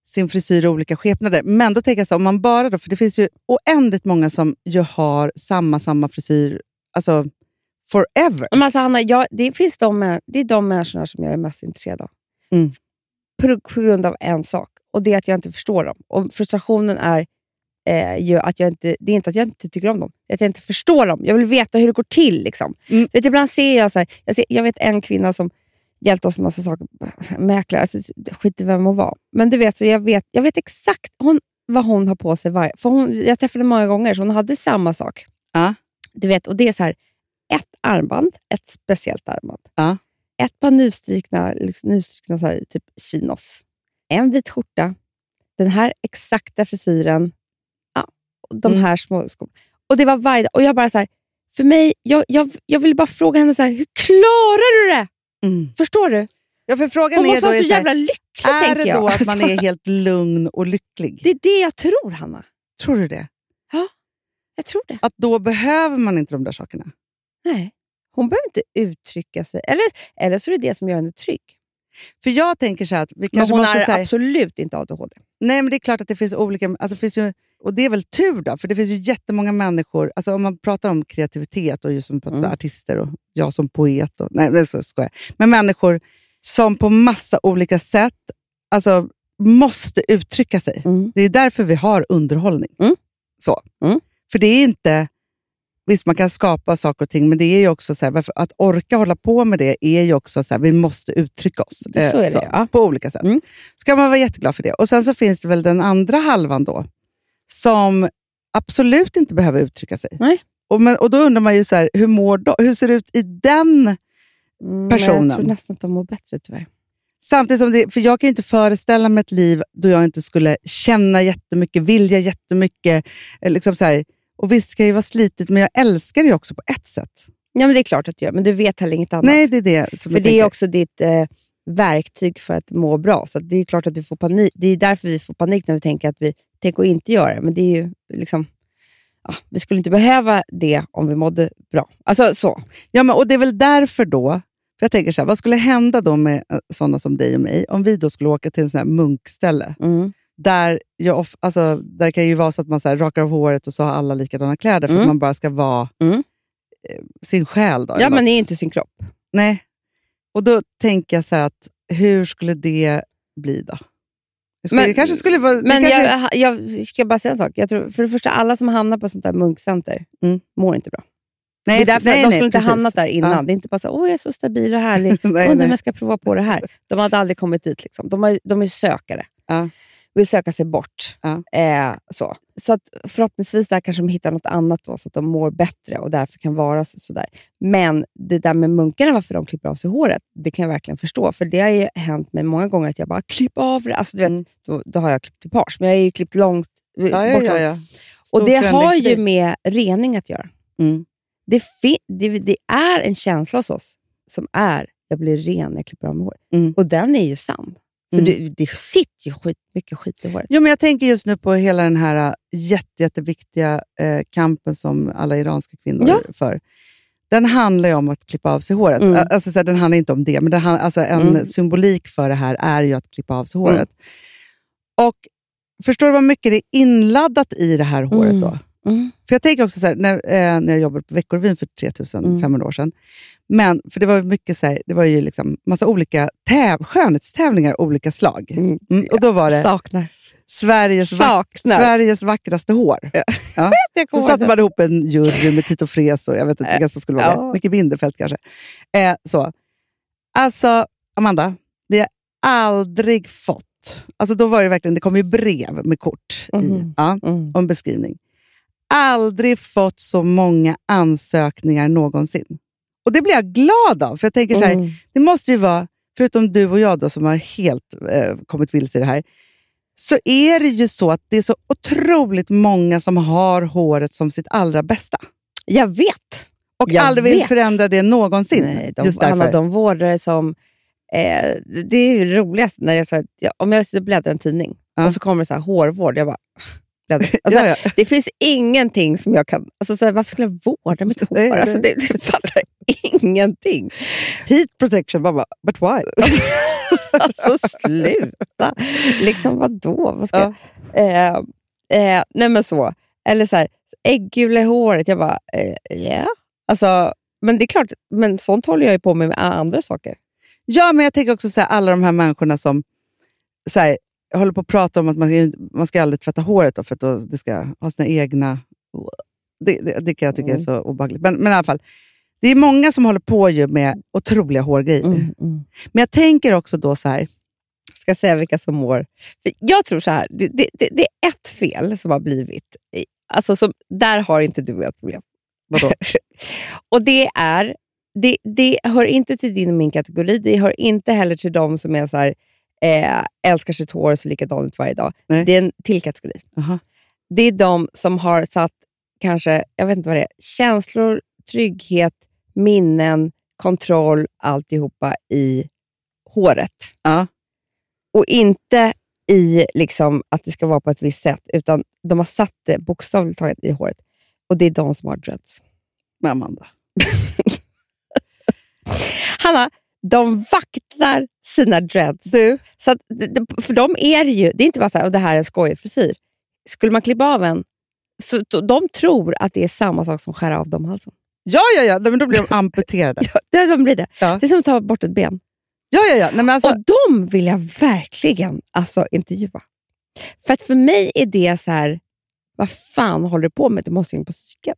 Speaker 3: sin frisyr i olika skepnader. Men då tänker jag så här, om man bara då, för det finns ju oändligt många som ju har samma, samma frisyr, alltså forever.
Speaker 4: Men alltså, Hanna, jag, det, finns de, män- det är de människorna som jag är mest intresserad av.
Speaker 3: Mm.
Speaker 4: På, på grund av en sak, och det är att jag inte förstår dem. Och Frustrationen är eh, ju att jag inte, det är inte att jag inte tycker om dem, det är att jag inte förstår dem. Jag vill veta hur det går till. Liksom.
Speaker 3: Mm.
Speaker 4: Vet, ibland ser jag, så här, jag, ser, jag vet en kvinna som hjälpte oss med massa saker, mäklare, alltså, skit i vem hon var. Men du vet, så jag vet, jag vet exakt hon, vad hon har på sig. Varje, för hon, jag träffade henne många gånger, så hon hade samma sak.
Speaker 3: Ja.
Speaker 4: Du vet, och det är så här, ett armband, ett speciellt armband.
Speaker 3: Ja.
Speaker 4: Ett par nystrikna, liksom, nystrikna så här, typ chinos. En vit skjorta. Den här exakta frisyren. Ja, och de
Speaker 3: Mm.
Speaker 4: här små skorna. Och det var varje dag. Och jag bara så här, för mig, jag, jag, jag ville bara fråga henne så här, hur klarar du det?
Speaker 3: Mm.
Speaker 4: Förstår du?
Speaker 3: Ja, för frågan
Speaker 4: Hon
Speaker 3: är då,
Speaker 4: måste vara så
Speaker 3: är, så här,
Speaker 4: jävla lycklig,
Speaker 3: är
Speaker 4: tänker
Speaker 3: det
Speaker 4: jag.
Speaker 3: då att man
Speaker 4: Alltså,
Speaker 3: är helt lugn och lycklig?
Speaker 4: Det är det jag tror, Hanna.
Speaker 3: Tror du det?
Speaker 4: Jag tror det.
Speaker 3: Att då behöver man inte de där sakerna?
Speaker 4: Nej. Hon behöver inte uttrycka sig. Eller, eller så är det det som gör henne trygg.
Speaker 3: För jag tänker så här att vi
Speaker 4: Men
Speaker 3: kanske
Speaker 4: hon
Speaker 3: måste...
Speaker 4: är
Speaker 3: så här,
Speaker 4: absolut inte ADHD.
Speaker 3: Nej, men det är klart att det finns olika... Alltså det finns ju, och det är väl tur då, för det finns ju jättemånga människor... Alltså om man pratar om kreativitet och just som pratar så här, artister och jag som poet. Och, nej, men så skojar jag. Men människor som på massa olika sätt alltså, måste uttrycka sig.
Speaker 4: Mm.
Speaker 3: Det är därför vi har underhållning.
Speaker 4: Mm.
Speaker 3: Så.
Speaker 4: Mm.
Speaker 3: För det är inte... Visst, man kan skapa saker och ting, men det är ju också så här, varför, att orka hålla på med det är ju också så här, vi måste uttrycka oss. Eh,
Speaker 4: Det- så är det, ja.
Speaker 3: På olika sätt.
Speaker 4: Mm.
Speaker 3: Så kan man vara jätteglad för det. Och sen så finns det väl den andra halvan då, som absolut inte behöver uttrycka sig.
Speaker 4: Nej.
Speaker 3: Och, men, och då undrar man ju, så här, hur, mår de, hur ser det ut i den...
Speaker 4: Mm,
Speaker 3: personen.
Speaker 4: Men jag tror nästan att de mår bättre tyvärr.
Speaker 3: Samtidigt som det, för jag kan ju inte föreställa mig ett liv då jag inte skulle känna jättemycket, vilja jättemycket. eh, Liksom så här. Och visst kan det ju vara slitigt, men jag älskar det ju också på ett sätt.
Speaker 4: Ja, men det är klart att du gör, men du vet heller inget annat.
Speaker 3: Nej, det är det som
Speaker 4: för
Speaker 3: jag
Speaker 4: det
Speaker 3: tänker.
Speaker 4: är också ditt eh, verktyg för att må bra. Så att det är klart att du får panik. Det är därför vi får panik när vi tänker att vi tänker att inte göra det. Men det är ju liksom... Ja, vi skulle inte behöva det om vi mådde bra. Alltså så.
Speaker 3: Ja, men, och det är väl därför då, för jag tänker så här, vad skulle hända då med eh, sådana som dig och mig, om vi då skulle åka till en sån här munkställe?
Speaker 4: Mm.
Speaker 3: Där, jag of, alltså, där kan ju vara så att man så här, rakar av håret och så har alla likadana kläder, för
Speaker 4: Mm.
Speaker 3: att man bara ska vara
Speaker 4: Mm.
Speaker 3: eh, sin själ. Då,
Speaker 4: Ja,
Speaker 3: eller något.
Speaker 4: men det är inte sin kropp.
Speaker 3: Nej. Och då tänker jag så här, att, hur skulle det bli då? Det Skulle,
Speaker 4: Men-
Speaker 3: det kanske skulle vara...
Speaker 4: Men
Speaker 3: det kanske,
Speaker 4: jag, jag ska bara säga en sak. Jag tror, för det första, alla som hamnar på sånt där munkcenter
Speaker 3: Mm.
Speaker 4: mår inte bra.
Speaker 3: Nej,
Speaker 4: det är därför
Speaker 3: nej,
Speaker 4: de
Speaker 3: nej,
Speaker 4: skulle inte
Speaker 3: precis.
Speaker 4: hamnat där innan.
Speaker 3: Ja.
Speaker 4: Det är inte bara så åh jag är så stabil och härlig,
Speaker 3: Nej,
Speaker 4: undrar om
Speaker 3: nej.
Speaker 4: jag ska prova på det här. De hade aldrig kommit dit. Liksom. De, har, de är sökare.
Speaker 3: Ja.
Speaker 4: Vill söka sig bort.
Speaker 3: Ja.
Speaker 4: Eh, så så att förhoppningsvis där kanske de hittar något annat då, så att de mår bättre och därför kan vara så- sådär. Men det där med munkarna, varför de klipper av sig håret, det kan jag verkligen förstå. För det har ju hänt mig många gånger att jag bara, klipp av det. Alltså, du vet, då, då har jag klippt till pars, men jag har ju klippt långt.
Speaker 3: Mm. Ja, ja,
Speaker 4: bort
Speaker 3: ja,
Speaker 4: långt.
Speaker 3: ja. Stor
Speaker 4: Och det
Speaker 3: förändring
Speaker 4: har
Speaker 3: för
Speaker 4: ju
Speaker 3: dig.
Speaker 4: med rening att göra.
Speaker 3: Mm.
Speaker 4: Det, fi- det, det är en känsla hos oss som är jag blir ren när jag klipper av mig håret.
Speaker 3: Mm.
Speaker 4: Och den är ju sann. För
Speaker 3: Mm.
Speaker 4: det, det sitter ju skit, mycket skit i håret.
Speaker 3: Jo, men jag tänker just nu på hela den här äh, jätte, jätteviktiga eh, kampen som alla iranska kvinnor
Speaker 4: Ja.
Speaker 3: för. Den handlar ju om att klippa av sig håret.
Speaker 4: Mm.
Speaker 3: Ä- Alltså, så här, den handlar inte om det, men den, han- alltså, en
Speaker 4: Mm.
Speaker 3: symbolik för det här är ju att klippa av sig håret. Och förstår du vad mycket det är inladdat i det här håret
Speaker 4: Mm.
Speaker 3: då?
Speaker 4: Mm.
Speaker 3: För jag tänker också så här, när, eh, när jag jobbade på Veckorevyn för 3500 år sedan. Men, för det var ju mycket så här, det var ju liksom massa olika täv- skönhetstävlingar, olika slag.
Speaker 4: Mm.
Speaker 3: Mm, och då var det
Speaker 4: Saknar.
Speaker 3: Sveriges, vack-
Speaker 4: Saknar.
Speaker 3: Sveriges vackraste hår. Ja.
Speaker 4: Jag
Speaker 3: Så
Speaker 4: kommer
Speaker 3: satte
Speaker 4: ihåg Eh,
Speaker 3: man ihop en jury med Tito Fres och jag vet inte vilka som skulle vara
Speaker 4: Ja.
Speaker 3: med. Micke Binderfeldt kanske. Eh, så. Alltså, Amanda, vi har aldrig fått... Alltså då var det verkligen, det kom ju brev med kort i,
Speaker 4: Mhm.
Speaker 3: ja,
Speaker 4: det. Mm.
Speaker 3: och en beskrivning. Aldrig fått så många ansökningar någonsin. Och det blir jag glad av, för jag tänker så här,
Speaker 4: Mm.
Speaker 3: det måste ju vara, förutom du och jag då, som har helt eh, kommit vilse i det här, så är det ju så att det är så otroligt många som har håret som sitt allra bästa.
Speaker 4: Jag vet.
Speaker 3: Och
Speaker 4: Jag
Speaker 3: aldrig vill
Speaker 4: vet.
Speaker 3: förändra det någonsin.
Speaker 4: Nej, de,
Speaker 3: just
Speaker 4: Hanna,
Speaker 3: därför.
Speaker 4: de vårdare som... Eh, det är ju roligast när jag, så här, jag, om jag sitter och bläddrar i en tidning
Speaker 3: Ja.
Speaker 4: och så kommer det så här, hårvård. Jag bara, bläddrar. Alltså,
Speaker 3: ja, ja.
Speaker 4: Det finns ingenting som jag kan... Alltså, så här, varför skulle jag vårda mitt hår?
Speaker 3: Nej, nej.
Speaker 4: Alltså, det, det fattar ingenting.
Speaker 3: Heat protection, man bara, but why?
Speaker 4: Alltså sluta! Liksom vadå? Vad ska
Speaker 3: Ja.
Speaker 4: jag... Eh, eh, nej men så. Eller så här, äggula i håret. Jag bara, eh, yeah. Alltså, men det är klart, men sånt håller jag ju på med med andra saker.
Speaker 3: Ja, men jag tänker också så här, alla de här människorna som så här, håller på att prata om att man, ju- man ska aldrig tvätta håret då, för att då, det ska ha sina egna... Det, det, det kan jag tycka är så obehagligt. Men, men i alla fall, det är många som håller på ju med otroliga hårgrejer. Men jag tänker också då så här,
Speaker 4: ska säga vilka som mår. För jag tror så här, det, det, det, det är ett fel som har blivit, i- alltså som, där har inte du och jag ett problem. Vadå? och det är, det, det hör inte till din och min kategori, det hör inte heller till de som är så här, eh, älskar sitt hår och ser likadant ut varje dag.
Speaker 3: Nej.
Speaker 4: Det är en till kategori.
Speaker 3: Aha.
Speaker 4: Det är de som har satt kanske, jag vet inte vad det är, känslor, trygghet, minnen, kontroll, alltihopa i håret
Speaker 3: ja,
Speaker 4: och inte i liksom att det ska vara på ett visst sätt, utan de har satt det bokstavligt taget i håret. Och det är de som har dreads.
Speaker 3: med Amanda.
Speaker 4: Hanna, de vaktar sina dreads.
Speaker 3: Du,
Speaker 4: Så att, d- d- för dem är det ju, det är inte bara så här, "Åh, det här är en skojig frisyr. Skulle man klippa av en, så t- de tror att det är samma sak som skära av dem halsen.
Speaker 3: ja, ja, ja, nej, men då blir de amputerade.
Speaker 4: Ja, de blir det.
Speaker 3: Ja.
Speaker 4: Det är som att ta bort ett ben.
Speaker 3: Ja, ja, ja. Nej, men alltså,
Speaker 4: Och de vill jag verkligen alltså, intervjua. För att för mig är det så här, vad fan håller du på med? Du måste in på psyket.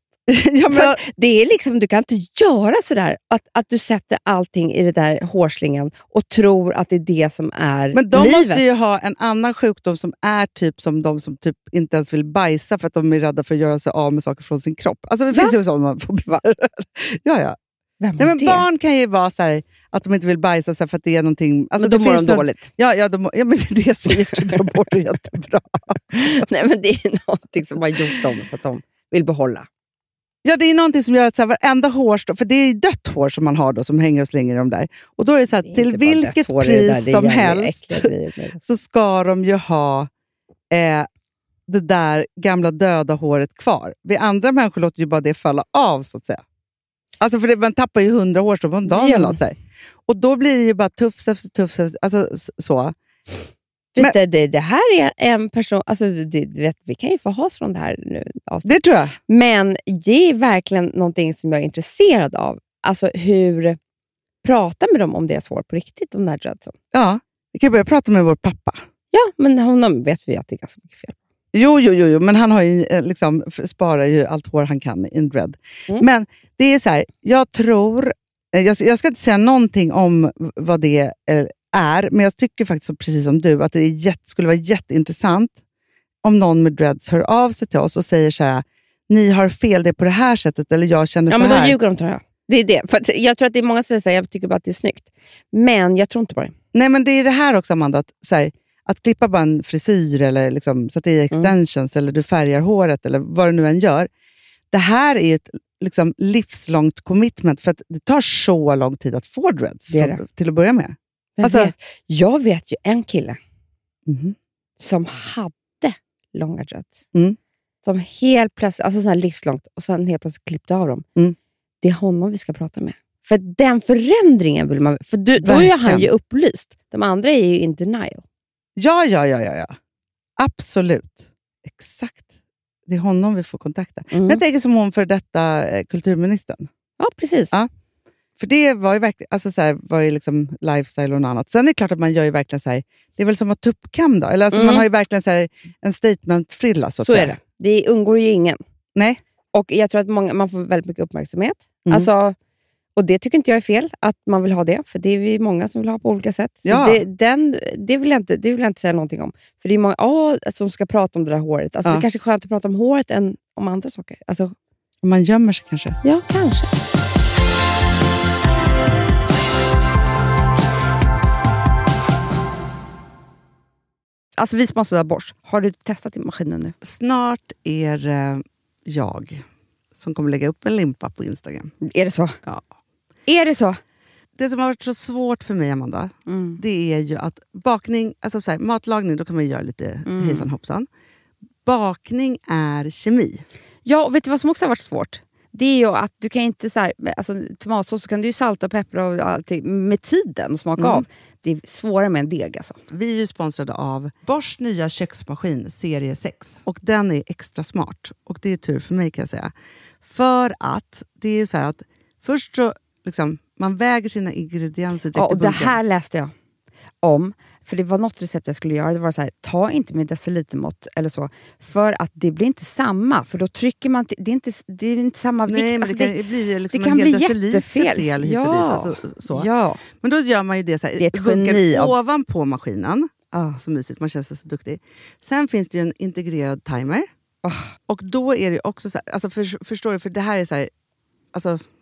Speaker 3: ja,
Speaker 4: För
Speaker 3: men,
Speaker 4: att det är liksom, du kan inte göra sådär, att, att du sätter allting i den där hårslingan och tror att det är det som är
Speaker 3: men de
Speaker 4: livet.
Speaker 3: måste ju ha en annan sjukdom som är typ som de som typ inte ens vill bajsa för att de är rädda för att göra sig av med saker från sin kropp. Alltså det finns ju sådana fobier. Ja, ja.
Speaker 4: Vem
Speaker 3: Nej,
Speaker 4: har
Speaker 3: men
Speaker 4: det?
Speaker 3: barn kan ju vara så här, att de inte vill bajsa så här, för att det är någonting... Alltså,
Speaker 4: men då
Speaker 3: det
Speaker 4: mår de
Speaker 3: finns något-
Speaker 4: dåligt.
Speaker 3: Ja, ja, de, mår- ja, men det säger du. De mår jättebra.
Speaker 4: Nej, men det är någonting som har gjort dem så att de vill behålla.
Speaker 3: Ja, det är någonting som gör att så här, varenda hårstrå, för det är ju dött hår som man har då, som hänger och slänger i de där. Och då är det så här,
Speaker 4: Det är
Speaker 3: till
Speaker 4: inte bara
Speaker 3: vilket
Speaker 4: dött hår i det där,
Speaker 3: pris
Speaker 4: det är
Speaker 3: som
Speaker 4: jävligt
Speaker 3: helst
Speaker 4: äckliga grejer med det.
Speaker 3: så ska de ju ha eh, det där gamla döda håret kvar. Vi andra människor låter ju bara det falla av, så att säga. Alltså, för det, man tappar ju hundra hårstrån på en dag
Speaker 4: gör
Speaker 3: eller
Speaker 4: man.
Speaker 3: något, så här. Och då blir det ju bara tufs efter tufs, efter, alltså s- så.
Speaker 4: För
Speaker 3: Men-
Speaker 4: det, det, det här är en person... Alltså, du, du du vet, vi kan ju få has från det här nu. avsnittet.
Speaker 3: Det tror jag.
Speaker 4: Men det är verkligen någonting som jag är intresserad av. Alltså hur... Prata med dem om deras hår på riktigt, om den här dreadsen.
Speaker 3: Ja, vi kan börja prata med vår pappa.
Speaker 4: Ja, men honom vet vi att det är ganska mycket fel.
Speaker 3: Jo, jo, jo, jo, men han har ju, eh, liksom, f- sparar ju allt hår han kan i en dread.
Speaker 4: Mm.
Speaker 3: Men det är så här, jag tror... eh, Jag, jag ska inte säga någonting om v- vad det eh, är, men jag tycker faktiskt som- precis som du att det är jätte, skulle vara jätteintressant om någon med dreads hör av sig till oss och säger så här, ni har fel, det är på det här sättet, eller jag känner
Speaker 4: Ja,
Speaker 3: så
Speaker 4: men då
Speaker 3: här.
Speaker 4: ljuger de tror jag. Det är det. För att jag tror att det är många som säger jag tycker bara att det är snyggt. Men jag tror inte på det.
Speaker 3: Nej, men det är det här också, Amanda. Att, så här, att klippa bara en frisyr eller liksom, sätta
Speaker 4: Mm.
Speaker 3: i extensions eller du färgar håret eller vad du nu än gör. Det här är ett liksom, livslångt commitment för att det tar så lång tid att få dreads
Speaker 4: Det är
Speaker 3: för, till att börja med.
Speaker 4: Jag,
Speaker 3: Alltså-
Speaker 4: vet, jag vet ju en kille Mm-hmm.
Speaker 3: Mhm.
Speaker 4: som hade långa dreads.
Speaker 3: Mm.
Speaker 4: Som helt plötsligt, alltså sån här livslångt, och sen helt plötsligt klippte av dem.
Speaker 3: Mm.
Speaker 4: Det är honom vi ska prata med. För den förändringen vill man... För du, då är ju han
Speaker 3: Verkligen.
Speaker 4: ju upplyst. De andra är ju in denial.
Speaker 3: Ja, ja, ja, ja, ja. Absolut. Exakt. Det är honom vi får kontakta.
Speaker 4: Mm.
Speaker 3: Men jag tänker som hon för detta eh, kulturministern.
Speaker 4: Ja, precis.
Speaker 3: Ja. För det var ju verkligen, alltså så här, var ju liksom lifestyle och något annat. Sen är det klart att man gör ju verkligen så här, det är väl som att ha tuppkam då? Eller alltså
Speaker 4: Mm.
Speaker 3: man har ju verkligen så här, en statement-frilla så
Speaker 4: så
Speaker 3: att säga.
Speaker 4: är det. Det undgår ju ingen.
Speaker 3: Nej.
Speaker 4: Och jag tror att många, man får väldigt mycket uppmärksamhet.
Speaker 3: Mm.
Speaker 4: Alltså, och det tycker inte jag är fel, att man vill ha det. För det är vi många som vill ha på olika sätt. Så
Speaker 3: Ja.
Speaker 4: det, den, det, vill jag inte, det vill jag inte säga någonting om. För det är många ah, som ska prata om det där håret. Alltså,
Speaker 3: Ja.
Speaker 4: Det kanske är skönt att prata om håret än om andra saker. Alltså,
Speaker 3: Och Man gömmer sig kanske.
Speaker 4: ja, kanske. Alltså vi som har sådär borst, har du testat i maskinen nu?
Speaker 3: Snart är eh, jag som kommer lägga upp en limpa på Instagram.
Speaker 4: Är det så?
Speaker 3: Ja.
Speaker 4: Är det så?
Speaker 3: Det som har varit så svårt för mig, Amanda,
Speaker 4: Mm.
Speaker 3: det är ju att bakning, alltså så här, matlagning, då kan man ju göra lite
Speaker 4: Mm.
Speaker 3: hejsan hoppsan. Bakning är kemi.
Speaker 4: Ja, och vet du vad som också har varit svårt? Det är ju att du kan inte så här, alltså, tomatsås så kan du ju salta och peppra och allting med tiden och
Speaker 3: Mm.
Speaker 4: smaka av. Det är svårare med en deg alltså.
Speaker 3: Vi är ju sponsrade av Bors nya köksmaskin serie 6. Och den är extra smart. Och det är tur för mig kan jag säga. För att det är så här att först så liksom, man väger sina ingredienser direkt
Speaker 4: Ja,
Speaker 3: i
Speaker 4: och det
Speaker 3: bunken.
Speaker 4: här läste jag om. För det var något recept jag skulle göra. Det var så här, ta inte med decilitermått eller så. För att det blir inte samma. För då trycker man, till- det är inte, det är inte samma
Speaker 3: Nej, men
Speaker 4: vikt.
Speaker 3: det
Speaker 4: Alltså,
Speaker 3: kan ju bli liksom
Speaker 4: det
Speaker 3: en
Speaker 4: kan
Speaker 3: hel
Speaker 4: bli
Speaker 3: deciliter
Speaker 4: jättefel.
Speaker 3: fel hit och
Speaker 4: ja.
Speaker 3: dit, alltså, så.
Speaker 4: Ja.
Speaker 3: Men då gör man ju det så här,
Speaker 4: Det är ett
Speaker 3: i bunken
Speaker 4: geni av-
Speaker 3: ovanpå maskinen.
Speaker 4: Ah.
Speaker 3: Så mysigt, man känns så, så duktig. Sen finns det ju en integrerad timer.
Speaker 4: Ah.
Speaker 3: Och då är det ju också så här, alltså för, förstår du, för det här är så här, alltså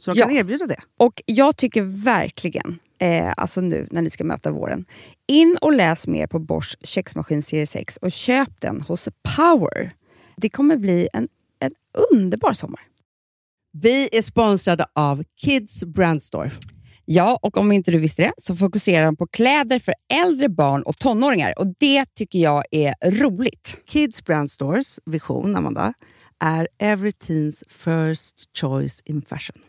Speaker 3: Så de
Speaker 4: Ja.
Speaker 3: kan erbjuda det.
Speaker 4: Och jag tycker verkligen, eh, alltså nu när ni ska möta våren, in och läs mer på Bosch köksmaskin serie 6 och köp den hos Power. Det kommer bli en, en underbar sommar.
Speaker 3: Vi är sponsrade av Kids Brand Store.
Speaker 4: Ja, och om inte du visste det så fokuserar de på kläder för äldre barn och tonåringar och det tycker jag är roligt.
Speaker 3: Kids Brand Stores vision, Amanda, är every teens first choice in fashion. Mm.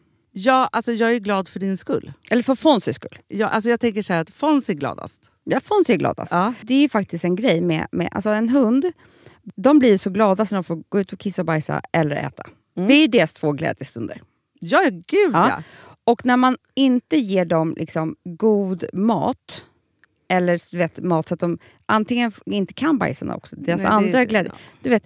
Speaker 3: Ja, alltså jag är glad för din skull.
Speaker 4: Eller för Fonzys skull.
Speaker 3: Ja, alltså jag tänker så här att Fons är gladast.
Speaker 4: Ja, Fonzie är gladast.
Speaker 3: Ja.
Speaker 4: Det är ju faktiskt en grej med, med alltså en hund. De blir så glada när de får gå ut och kissa och bajsa eller äta.
Speaker 3: Mm.
Speaker 4: Det är ju deras två glädjestunder.
Speaker 3: Ja, gud ja.
Speaker 4: Ja. Och när man inte ger dem liksom god mat, eller du vet, mat så att de antingen f- inte kan bajsa också, deras
Speaker 3: Nej, det-
Speaker 4: andra
Speaker 3: det-
Speaker 4: glädje,
Speaker 3: ja.
Speaker 4: du vet,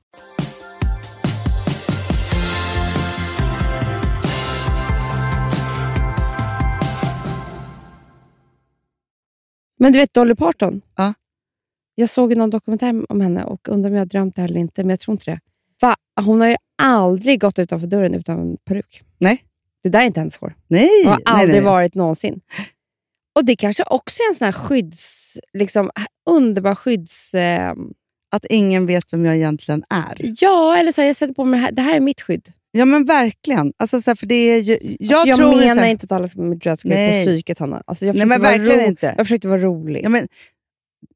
Speaker 4: Men du vet Dolly Parton?
Speaker 3: Ja.
Speaker 4: Jag såg ju någon dokumentär om henne och undrar om jag har drömt det här eller inte, men jag tror inte det. Va? Hon har ju aldrig gått utanför dörren utan en peruk.
Speaker 3: Nej.
Speaker 4: Det där är inte hennes hår.
Speaker 3: Nej!
Speaker 4: Hon har
Speaker 3: nej, nej, nej.
Speaker 4: aldrig varit någonsin. Och det kanske också är en sån här skydds... Liksom, underbar skydds... Eh,
Speaker 3: Att ingen vet vem jag egentligen är.
Speaker 4: ja, eller så här, jag sätter på mig det här. Det här är mitt skydd.
Speaker 3: Ja men verkligen. Alltså, så här, för det är ju, jag
Speaker 4: alltså, jag
Speaker 3: tror ju så
Speaker 4: menar
Speaker 3: här-
Speaker 4: inte att alla som är med dreads ska gå
Speaker 3: Nej.
Speaker 4: på psyket, Hanna. Alltså, jag
Speaker 3: Nej men
Speaker 4: försökte vara
Speaker 3: verkligen
Speaker 4: ro-
Speaker 3: inte.
Speaker 4: Jag försökte vara rolig.
Speaker 3: Ja, men,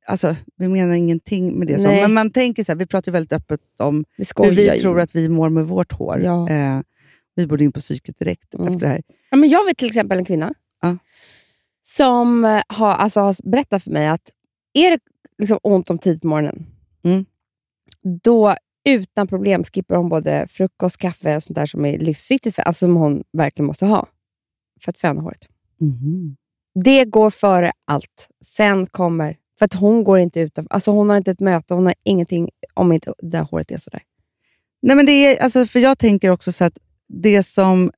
Speaker 3: alltså, vi menar ingenting med det. Så.
Speaker 4: Nej.
Speaker 3: Men man tänker så här, vi pratar ju väldigt öppet om
Speaker 4: vi
Speaker 3: hur
Speaker 4: skojar
Speaker 3: vi
Speaker 4: ju.
Speaker 3: tror att vi mår med vårt hår.
Speaker 4: Ja.
Speaker 3: Eh, vi borde in på psyket direkt
Speaker 4: Mm.
Speaker 3: efter det här.
Speaker 4: Ja, men jag vet till exempel en kvinna
Speaker 3: Ja.
Speaker 4: som eh, har, alltså, har berättat för mig att är det liksom ont om tid på morgonen,
Speaker 3: Mm.
Speaker 4: då utan problem skippar hon både frukost, kaffe och sånt där som är livsviktigt, för, alltså som hon verkligen måste ha för att föna håret.
Speaker 3: Mhm.
Speaker 4: Det går före allt. Sen kommer... För att hon går inte utanför. Alltså hon har inte ett möte, hon har ingenting om inte det där håret är sådär.
Speaker 3: Nej, men det är, alltså, för jag tänker också så att det som...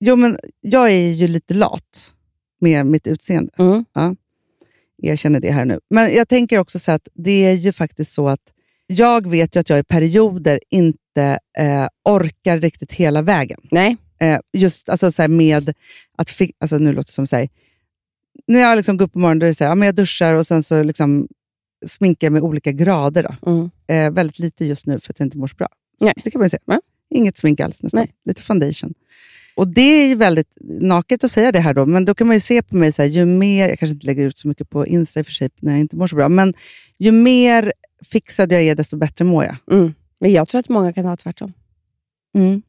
Speaker 3: Jo, men jag är ju lite lat med mitt utseende.
Speaker 4: Mm.
Speaker 3: Jag känner det här nu. Men jag tänker också så att det är ju faktiskt så att jag vet ju att jag i perioder inte eh, orkar riktigt hela vägen.
Speaker 4: Nej.
Speaker 3: Eh, just alltså, så här, med att... Fi- alltså, nu låter det som så här, När jag liksom går upp på morgonen, då är det så här, ja, men jag duschar och sen så liksom sminkar jag med olika grader. Då
Speaker 4: Mm.
Speaker 3: eh, väldigt lite just nu för att jag inte mår så bra.
Speaker 4: Nej.
Speaker 3: Så Det kan man ju säga.
Speaker 4: Ja.
Speaker 3: Inget smink alls nästan.
Speaker 4: Nej.
Speaker 3: Lite foundation. Och Det är ju väldigt naket att säga det här då, men då kan man ju se på mig så här, ju mer, jag kanske inte lägger ut så mycket på Insta i och för sig när jag inte mår så bra, men ju mer fixad jag är, desto bättre mår jag.
Speaker 4: Mm. Men jag tror att många kan ha tvärtom. Mm.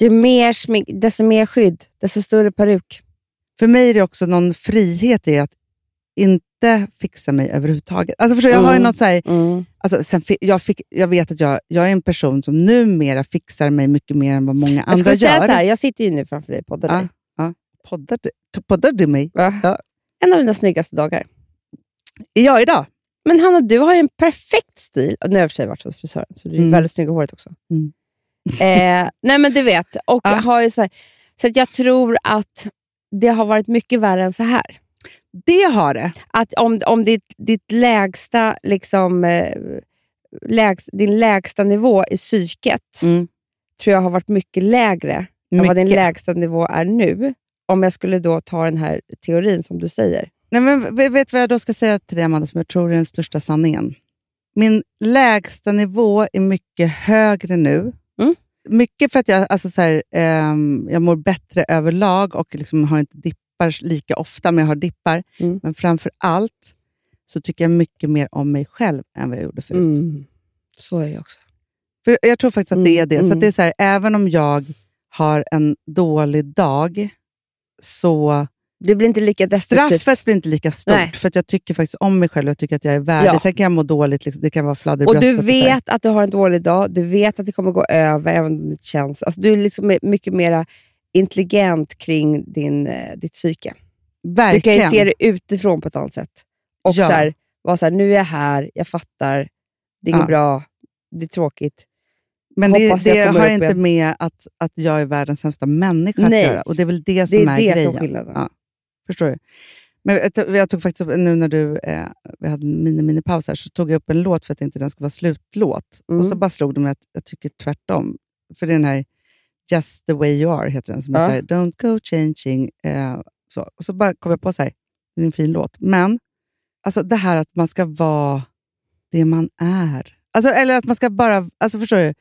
Speaker 4: Ju mer smink, desto mer skydd, desto större peruk.
Speaker 3: För mig är det också någon frihet i att inte fixa mig överhuvudtaget. Alltså förstår, du, jag har ju
Speaker 4: Mm.
Speaker 3: något så här,
Speaker 4: Mm.
Speaker 3: alltså, sen, fi- jag, fick, jag vet att jag, jag är en person som numera fixar mig mycket mer än vad många
Speaker 4: Jag
Speaker 3: andra
Speaker 4: skulle säga
Speaker 3: gör.
Speaker 4: så här, jag sitter ju nu framför dig på podden.
Speaker 3: Ja.
Speaker 4: dig.
Speaker 3: Poddar, du, poddar du mig? Ja.
Speaker 4: En av dina snyggaste dagar.
Speaker 3: Ja, idag.
Speaker 4: Men Hanna, du har ju en perfekt stil. Och Nu har jag i och för sig varit hos frisören, så du är
Speaker 3: Mm.
Speaker 4: väldigt snygg i håret också.
Speaker 3: Mm.
Speaker 4: eh, nej men du vet, och
Speaker 3: Ja.
Speaker 4: har ju så, här, så att jag tror att det har varit mycket värre än så här.
Speaker 3: Det har det.
Speaker 4: att om, om ditt, ditt lägsta liksom, eh, lägst, din lägsta nivå i psyket
Speaker 3: Mm.
Speaker 4: tror jag har varit mycket lägre än vad din
Speaker 3: Mycket.
Speaker 4: lägsta nivå är nu. Om jag skulle då ta den här teorin som du säger.
Speaker 3: Nej, men v- vet du vad jag då ska säga till dig, Amanda, som jag tror är den största sanningen? Min lägsta nivå är mycket högre nu.
Speaker 4: Mm.
Speaker 3: Mycket för att jag, alltså så här, ehm, jag mår bättre överlag och liksom har inte dippar lika ofta, men jag har dippar.
Speaker 4: Mm.
Speaker 3: Men framför allt så tycker jag mycket mer om mig själv än vad jag gjorde förut.
Speaker 4: Mm. Så är det också.
Speaker 3: För jag tror faktiskt att det är det.
Speaker 4: Mm,
Speaker 3: Så att det
Speaker 4: mm.
Speaker 3: är så här, även om jag har en dålig dag, så
Speaker 4: Det blir inte lika destruktivt.
Speaker 3: straffet blir inte lika stort.
Speaker 4: Nej.
Speaker 3: För att jag tycker faktiskt om mig själv. Jag tycker att jag är värdig.
Speaker 4: Ja.
Speaker 3: Sen kan jag må dåligt. Liksom. Det kan vara fladder i
Speaker 4: Och du
Speaker 3: bröstet så här.
Speaker 4: vet att du har en dålig dag, du vet att det kommer gå över även om det känns... Alltså, du är liksom mycket mer intelligent kring din, eh, ditt psyke. Du kan
Speaker 3: Verkligen.
Speaker 4: ju se det utifrån på ett annat sätt. Och
Speaker 3: Ja.
Speaker 4: så här, vara så här, nu är jag här, jag fattar, det är
Speaker 3: Ja.
Speaker 4: inget bra, det är tråkigt.
Speaker 3: Men det,
Speaker 4: Hoppas jag
Speaker 3: det
Speaker 4: kommer
Speaker 3: har
Speaker 4: upp
Speaker 3: inte
Speaker 4: igen.
Speaker 3: med att, att jag är världens sämsta människa
Speaker 4: Nej.
Speaker 3: att göra. Och det är väl det
Speaker 4: Det
Speaker 3: som
Speaker 4: är,
Speaker 3: är,
Speaker 4: det
Speaker 3: grejen.
Speaker 4: som är skillnaden.
Speaker 3: Ja. Förstår du? Men jag tog- jag tog faktiskt upp, nu när du, eh, vi hade en mini-mini-paus här, så tog jag upp en låt för att jag tänkte den skulle vara slutlåt.
Speaker 4: Mm.
Speaker 3: Och så bara slog det mig att jag tycker tvärtom. För det är den här Just the way you are, heter den. Som är
Speaker 4: Ja.
Speaker 3: så här, Don't go changing. Eh, så. Och så bara kom jag på så här, det är en fin låt. Men alltså det här att man ska vara det man är. Alltså, eller att man ska bara, alltså förstår du?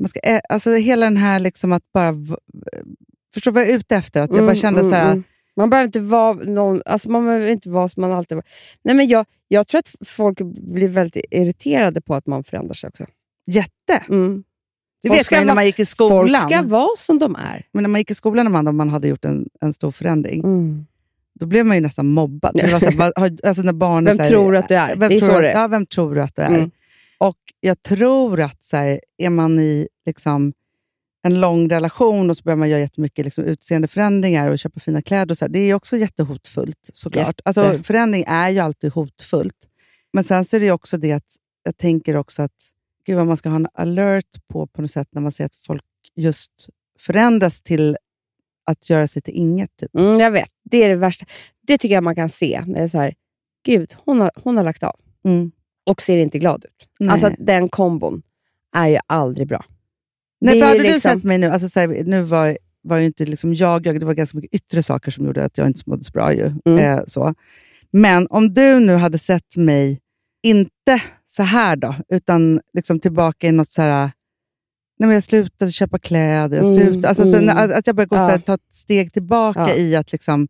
Speaker 3: Man ska, ä- alltså hela den här liksom att bara... v- eh, Förstår du vad jag är ute efter? Att jag bara
Speaker 4: Mm,
Speaker 3: kände
Speaker 4: mm,
Speaker 3: så här,
Speaker 4: mm. Man behöver inte vara någon, alltså man behöver inte vara som man alltid var. Nej, men jag, jag tror att folk blir väldigt irriterade på att man förändrar sig också.
Speaker 3: jätte.
Speaker 4: Mm.
Speaker 3: Det
Speaker 4: Folk
Speaker 3: vet
Speaker 4: ska
Speaker 3: man ju när
Speaker 4: vara-
Speaker 3: man gick i
Speaker 4: Folk
Speaker 3: skolan.
Speaker 4: ska vara som de är.
Speaker 3: Men när man gick i skolan, Amanda, om man hade gjort en, en stor förändring, då blev man ju nästan mobbad. Det var så här, vad- har- alltså när barnen
Speaker 4: Vem
Speaker 3: så här,
Speaker 4: tror du att du är?
Speaker 3: Vem
Speaker 4: det är
Speaker 3: tror
Speaker 4: så
Speaker 3: du,
Speaker 4: det är.
Speaker 3: Ja, vem tror du att du är?
Speaker 4: Mm.
Speaker 3: Och jag tror att så här, är man i liksom, en lång relation och så börjar man göra jättemycket liksom, utseendeförändringar och köpa fina kläder, och så här, det är också jättehotfullt såklart. Alltså, förändring är ju alltid hotfullt. Men sen så är det ju också det att jag tänker också att gud vad man ska ha en alert på på något sätt när man ser att folk just förändras till att göra sig till inget. Typ.
Speaker 4: Mm, jag vet, det är det värsta. Det tycker jag man kan se. När det är så här, Gud, hon har, hon har lagt av
Speaker 3: Mm.
Speaker 4: och ser inte glad ut.
Speaker 3: Nej.
Speaker 4: Alltså den kombon är ju aldrig bra.
Speaker 3: Nej,
Speaker 4: Det
Speaker 3: för
Speaker 4: är ju
Speaker 3: hade du
Speaker 4: liksom-
Speaker 3: sett mig nu, alltså, så här, nu var, var ju inte liksom jag, jag, det var ganska mycket yttre saker som gjorde att jag inte mådde så bra. Ju,
Speaker 4: Mm.
Speaker 3: eh, så. Men om du nu hade sett mig, inte så här då, utan liksom tillbaka i något så här, nej men jag slutade köpa kläder, jag
Speaker 4: Mm,
Speaker 3: slutade, alltså, sen,
Speaker 4: mm.
Speaker 3: att- att jag började gå, så här,
Speaker 4: Ja.
Speaker 3: ta ett steg tillbaka
Speaker 4: Ja.
Speaker 3: i att liksom,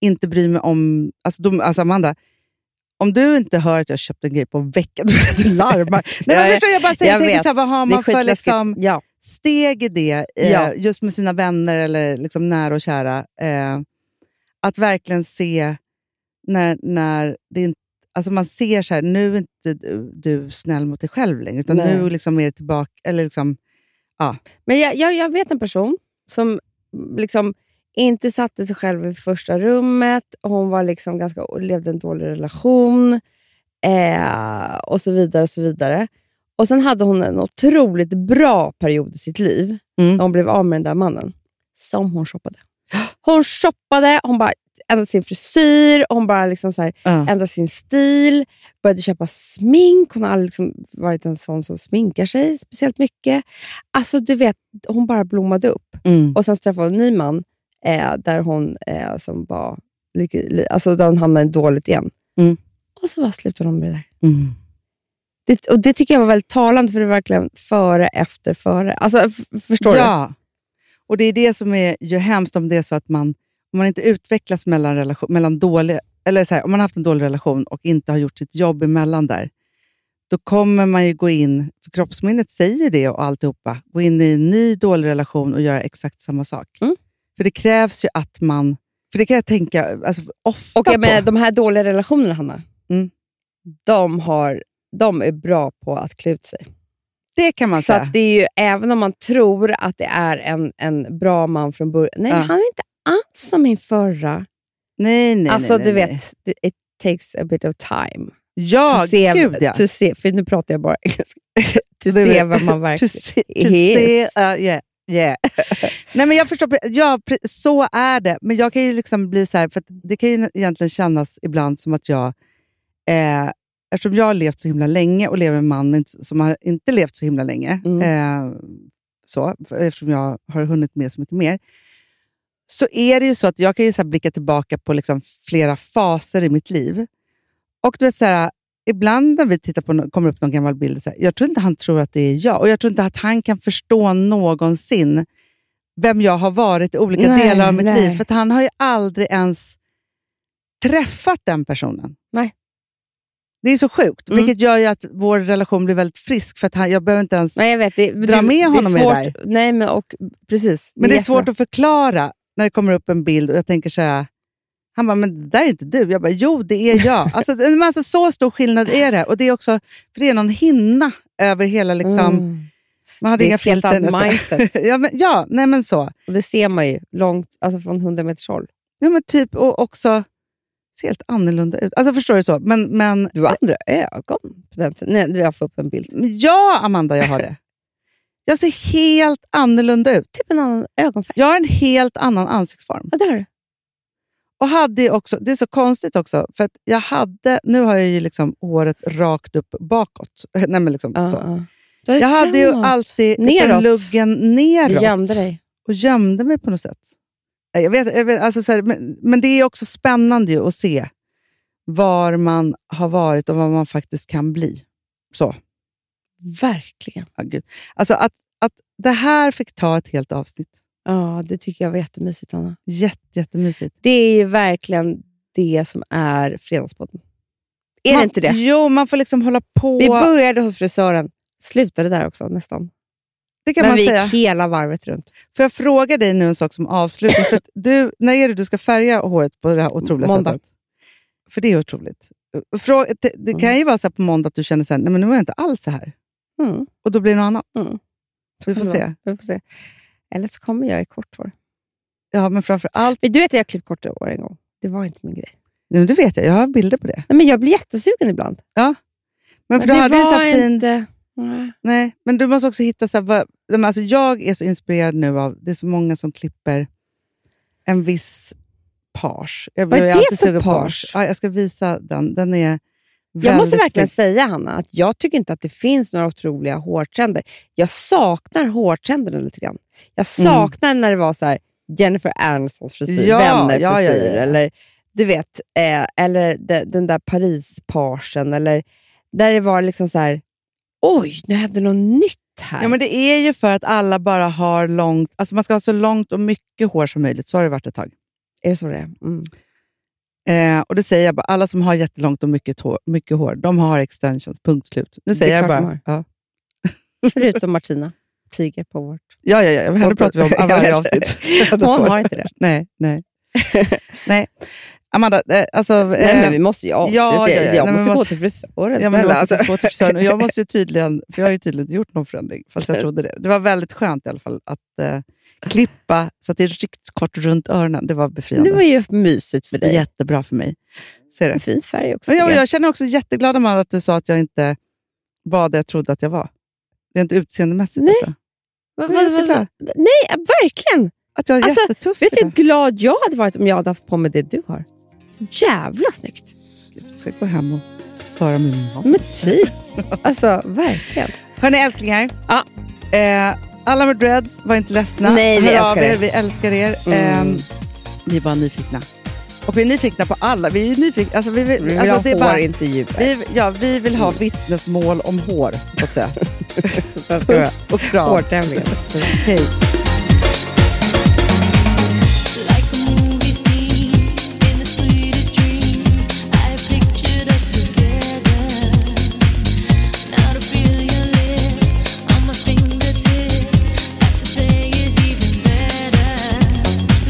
Speaker 3: inte bry mig om, alltså, de, alltså Amanda, om du inte hör att jag köpte en grej på en vecka, då vet du larmar. Nej,
Speaker 4: Ja,
Speaker 3: men
Speaker 4: jag-
Speaker 3: förstår, jag bara säger,
Speaker 4: jag
Speaker 3: jag tänker
Speaker 4: vet.
Speaker 3: så här, vad har
Speaker 4: det är
Speaker 3: man för
Speaker 4: skitläskigt.
Speaker 3: liksom,
Speaker 4: ja.
Speaker 3: steg i det, eh,
Speaker 4: Ja.
Speaker 3: just med sina vänner eller liksom nära och kära. Eh, att verkligen se när, när det inte, alltså man ser så här, nu är inte du, du snäll mot dig själv längre, utan
Speaker 4: Nej.
Speaker 3: nu liksom är det tillbaka, eller liksom,
Speaker 4: Men jag, jag, jag vet en person som liksom inte satte sig själv i första rummet. Hon var liksom ganska, levde en dålig relation eh, och så vidare. och så vidare. Och Sen hade hon en otroligt bra period i sitt liv
Speaker 3: Mm.
Speaker 4: när hon blev av med den där mannen som hon shoppade. Hon shoppade, hon bara ändrade sin frisyr, hon bara liksom så här,
Speaker 3: ja.
Speaker 4: ändrade sin stil, började köpa smink. Hon har aldrig liksom varit en sån som sminkar sig speciellt mycket. Alltså du vet, hon bara blommade upp.
Speaker 3: Mm.
Speaker 4: Och sen träffade hon en ny man eh, där hon eh, som var, lika- li- alltså där hon hamnade dåligt igen.
Speaker 3: Mm.
Speaker 4: Och så bara slutade hon med det där.
Speaker 3: Mm.
Speaker 4: Det, och det tycker jag var väldigt talande, för det var verkligen före, efter, före. Alltså, f- förstår du?
Speaker 3: ja. Och det är det som är ju hemskt om det är så att man, om man inte utvecklas mellan, relation, mellan dålig, eller så här, om man har haft en dålig relation och inte har gjort sitt jobb emellan där, då kommer man ju gå in, för kroppsminnet säger det och alltihopa, gå in i en ny dålig relation och göra exakt samma sak.
Speaker 4: Mm.
Speaker 3: För det krävs ju att man, för det kan jag tänka alltså, ofta
Speaker 4: Och jag
Speaker 3: på.
Speaker 4: menar, de här dåliga relationerna, Hanna,
Speaker 3: Mm.
Speaker 4: de, har, de är bra på att klä ut sig.
Speaker 3: det kan man
Speaker 4: Så
Speaker 3: säga.
Speaker 4: att det är ju, även om man tror att det är en, en bra man från början. Nej,
Speaker 3: Ja.
Speaker 4: han är inte alls som min förra.
Speaker 3: nej, nej,
Speaker 4: alltså,
Speaker 3: nej,
Speaker 4: du
Speaker 3: nej, nej.
Speaker 4: vet, det- it takes a bit of time.
Speaker 3: Ja,
Speaker 4: to se,
Speaker 3: gud ja.
Speaker 4: to se, för nu pratar jag bara engelska. to
Speaker 3: Det är
Speaker 4: se
Speaker 3: väl-
Speaker 4: vad man
Speaker 3: to
Speaker 4: verkligen...
Speaker 3: see,
Speaker 4: It
Speaker 3: to see,
Speaker 4: is.
Speaker 3: uh, yeah, yeah. Nej, men jag förstår. pre- Ja, pre- så är det. Men jag kan ju liksom bli så här, för att det kan ju egentligen kännas ibland som att jag eh, eftersom jag har levt så himla länge och lever med en man men inte- som har inte levt så himla länge,
Speaker 4: Mm.
Speaker 3: eh, så, eftersom jag har hunnit med så mycket mer, så är det ju så att jag kan ju så här blicka tillbaka på liksom flera faser i mitt liv. Och du vet, så här, ibland när vi tittar på, nå- kommer upp någon gammal bild, så här, jag tror inte han tror att det är jag. Och jag tror inte att han kan förstå någonsin vem jag har varit i olika
Speaker 4: Nej,
Speaker 3: delar av mitt
Speaker 4: nej.
Speaker 3: liv. För att han har ju aldrig ens träffat den personen.
Speaker 4: Nej.
Speaker 3: Det är så sjukt,
Speaker 4: Mm.
Speaker 3: vilket gör ju att vår relation blir väldigt frisk. För att han, jag behöver inte ens...
Speaker 4: Nej, jag vet. Det,
Speaker 3: Dra
Speaker 4: det,
Speaker 3: med honom i
Speaker 4: det
Speaker 3: det
Speaker 4: är svårt,
Speaker 3: där.
Speaker 4: Nej, men och, precis.
Speaker 3: Men det är
Speaker 4: jättebra.
Speaker 3: svårt att förklara när det kommer upp en bild och jag tänker så här... Han bara, men det där är inte du. Jag bara, jo det är jag. Alltså, men alltså, så stor skillnad är det. Och det är också, för det är någon hinna över hela liksom...
Speaker 4: Mm.
Speaker 3: Man hade
Speaker 4: Det är
Speaker 3: inga
Speaker 4: ett helt
Speaker 3: filter.
Speaker 4: annat
Speaker 3: Jag skojar.
Speaker 4: mindset.
Speaker 3: ja, men, ja, nej men så.
Speaker 4: Och det ser man ju långt, alltså från 100 meters håll.
Speaker 3: Ja, men typ, och också ser helt annorlunda ut. Alltså förstår du så? Men, men
Speaker 4: Du har andra ögon på den tiden. Nej, du har fått upp en bild.
Speaker 3: ja, Amanda, jag har det. Jag ser helt annorlunda ut.
Speaker 4: Typ en annan ögonfärg.
Speaker 3: Jag har en helt annan ansiktsform.
Speaker 4: Ja, det har du.
Speaker 3: Och hade ju också, det är så konstigt också, för att jag hade, nu har jag ju liksom håret rakt upp bakåt. Nej, men liksom
Speaker 4: Ja,
Speaker 3: så.
Speaker 4: ja. Du har
Speaker 3: Jag hade ju
Speaker 4: framåt.
Speaker 3: alltid liksom
Speaker 4: Neråt.
Speaker 3: luggen
Speaker 4: Du
Speaker 3: neråt.
Speaker 4: gömde dig.
Speaker 3: och gömde mig på något sätt. Nej, Jag vet, jag vet, alltså så här, men, men det är också spännande ju att se var man har varit och vad man faktiskt kan bli. Så.
Speaker 4: Verkligen.
Speaker 3: Ja, gud. Alltså att, att det här fick ta ett helt avsnitt.
Speaker 4: Ja, det tycker jag var jättemysigt, Anna.
Speaker 3: Jätte, jättemysigt.
Speaker 4: Det är ju verkligen det som är Fredagspodden. Är
Speaker 3: man,
Speaker 4: det inte det?
Speaker 3: Jo, man får liksom hålla på.
Speaker 4: Vi började hos frisören, slutade där också nästan.
Speaker 3: det kan
Speaker 4: Men
Speaker 3: man
Speaker 4: vi
Speaker 3: säga.
Speaker 4: gick hela varvet runt.
Speaker 3: Får jag fråga dig nu en sak som avslutning? För att du, när är det du ska färga håret på det här otroliga
Speaker 4: Måndag.
Speaker 3: sättet? För det är otroligt. Frå- det- det kan ju vara så här på måndag att du känner så här, nej men nu är jag inte alls så här.
Speaker 4: Mm.
Speaker 3: Och då blir det något annat.
Speaker 4: Mm.
Speaker 3: Vi får se.
Speaker 4: Vi får se. Eller så kommer jag i kort hår.
Speaker 3: Ja, men framför allt...
Speaker 4: Men Du vet att jag har klippt kort hår en gång. Det var inte min grej.
Speaker 3: Nej, men det vet jag, jag har bilder på det.
Speaker 4: Nej, men jag blir jättesugen ibland.
Speaker 3: Men för du
Speaker 4: det
Speaker 3: hade ju så här
Speaker 4: var
Speaker 3: fin...
Speaker 4: inte... Nej.
Speaker 3: Nej, men du måste också hitta... Så här, vad... Nej, men alltså, jag är så inspirerad nu av... Det är så många som klipper en viss page. Jag,
Speaker 4: Vad är
Speaker 3: jag
Speaker 4: det
Speaker 3: alltid
Speaker 4: för
Speaker 3: sugen på
Speaker 4: page?
Speaker 3: Ja, jag ska visa den. Den är
Speaker 4: Jag måste
Speaker 3: väldigt snygg.
Speaker 4: verkligen säga, Hanna, att jag tycker inte att det finns några otroliga hårtrender. Jag saknar hårtrenderna lite grann. Jag saknar när det var så här Jennifer Anistons frisyr,
Speaker 3: Mm. Ja,
Speaker 4: vänner
Speaker 3: ja, ja,
Speaker 4: frisyr,
Speaker 3: ja.
Speaker 4: eller du vet, eh, eller de, den där Paris-parsen, eller där det var liksom så här, oj, nu hände något nytt här.
Speaker 3: Ja, men det är ju för att alla bara har långt... Alltså man ska ha så långt och mycket hår som möjligt. Så har det varit ett tag.
Speaker 4: Är det så det är? Mm.
Speaker 3: Eh, och det säger jag bara, alla som har jättelångt och mycket hår, mycket hår de har extensions, punkt slut. Nu
Speaker 4: Det är
Speaker 3: säger jag
Speaker 4: klart de
Speaker 3: bara...
Speaker 4: har.
Speaker 3: Ja.
Speaker 4: Förutom Martina, tiger på vårt.
Speaker 3: Ja, ja, ja. Henne
Speaker 4: Och-
Speaker 3: pratar vi om
Speaker 4: Jag
Speaker 3: varje
Speaker 4: vet.
Speaker 3: avsnitt.
Speaker 4: Hon har inte det.
Speaker 3: Nej, nej. nej. Amanda, eh, alltså...
Speaker 4: Nej,
Speaker 3: eh,
Speaker 4: men vi måste ju avsluta.
Speaker 3: ja, ja, ja. Nej,
Speaker 4: Jag
Speaker 3: men
Speaker 4: måste gå
Speaker 3: måste-
Speaker 4: till frisören.
Speaker 3: ja, men du
Speaker 4: snälla,
Speaker 3: måste
Speaker 4: alltså.
Speaker 3: få till frisören. Och jag måste ju tydligen, för jag har ju tydligen gjort någon förändring, fast jag trodde det. Det var väldigt skönt i alla fall att eh, klippa så att det är riktigt kort runt öronen. Det var befriande.
Speaker 4: Det var ju mysigt för dig.
Speaker 3: jättebra för mig. Så är det.
Speaker 4: Fin färg också.
Speaker 3: Men jag,
Speaker 4: tycker jag.
Speaker 3: jag känner också jätteglad Amanda att du sa att jag inte var det jag trodde att jag var. Rent utseendemässigt
Speaker 4: Nej.
Speaker 3: alltså.
Speaker 4: Vad-
Speaker 3: Jag
Speaker 4: vad-
Speaker 3: är
Speaker 4: vad-
Speaker 3: jätteglad.
Speaker 4: Nej, verkligen!
Speaker 3: Att jag är
Speaker 4: Alltså,
Speaker 3: jättetuff
Speaker 4: Vet du hur
Speaker 3: idag.
Speaker 4: glad jag hade varit om jag hade haft på mig det du har? Jävla snyggt!
Speaker 3: Jag ska gå hem och föra min mat.
Speaker 4: Men typ. Alltså, verkligen.
Speaker 3: Hörni älsklingar.
Speaker 4: Ja.
Speaker 3: Eh, alla med dreads, var inte ledsna.
Speaker 4: Nej, vi
Speaker 3: Hör av
Speaker 4: älskar
Speaker 3: er.
Speaker 4: er.
Speaker 3: Vi älskar er.
Speaker 4: Mm.
Speaker 3: Eh, vi är bara nyfikna. Och vi är nyfikna på alla. Vi är nyfikna. Alltså, vi, vill, alltså, det är bara,
Speaker 4: hårintervjuer.
Speaker 3: vi, ja, vi vill ha vittnesmål om hår, så att säga. Puss och kram.
Speaker 4: Hårtävlingen.
Speaker 3: Hej.
Speaker 9: Like a movie scene in the sweetest dream, I pictured us together. Now to feel your lips on my fingertips, like to say is even better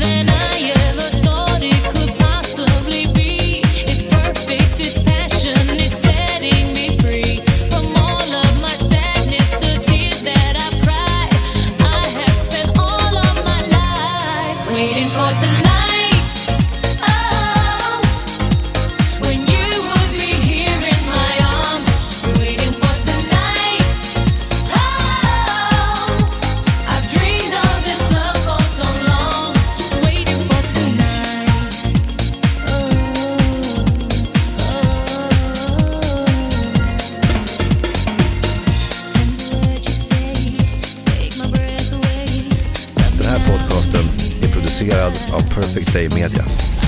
Speaker 9: than I ever thought it could possibly be. It's perfect, it's passion, it's setting me free from all of my sadness, the tears that I cried. I have spent all of my life waiting for tonight. Oh, when you would be here in my arms, waiting for tonight. Oh, I've dreamed of this love for so long, waiting for tonight. Oh, oh.
Speaker 10: presenterad av Perfect Day Media.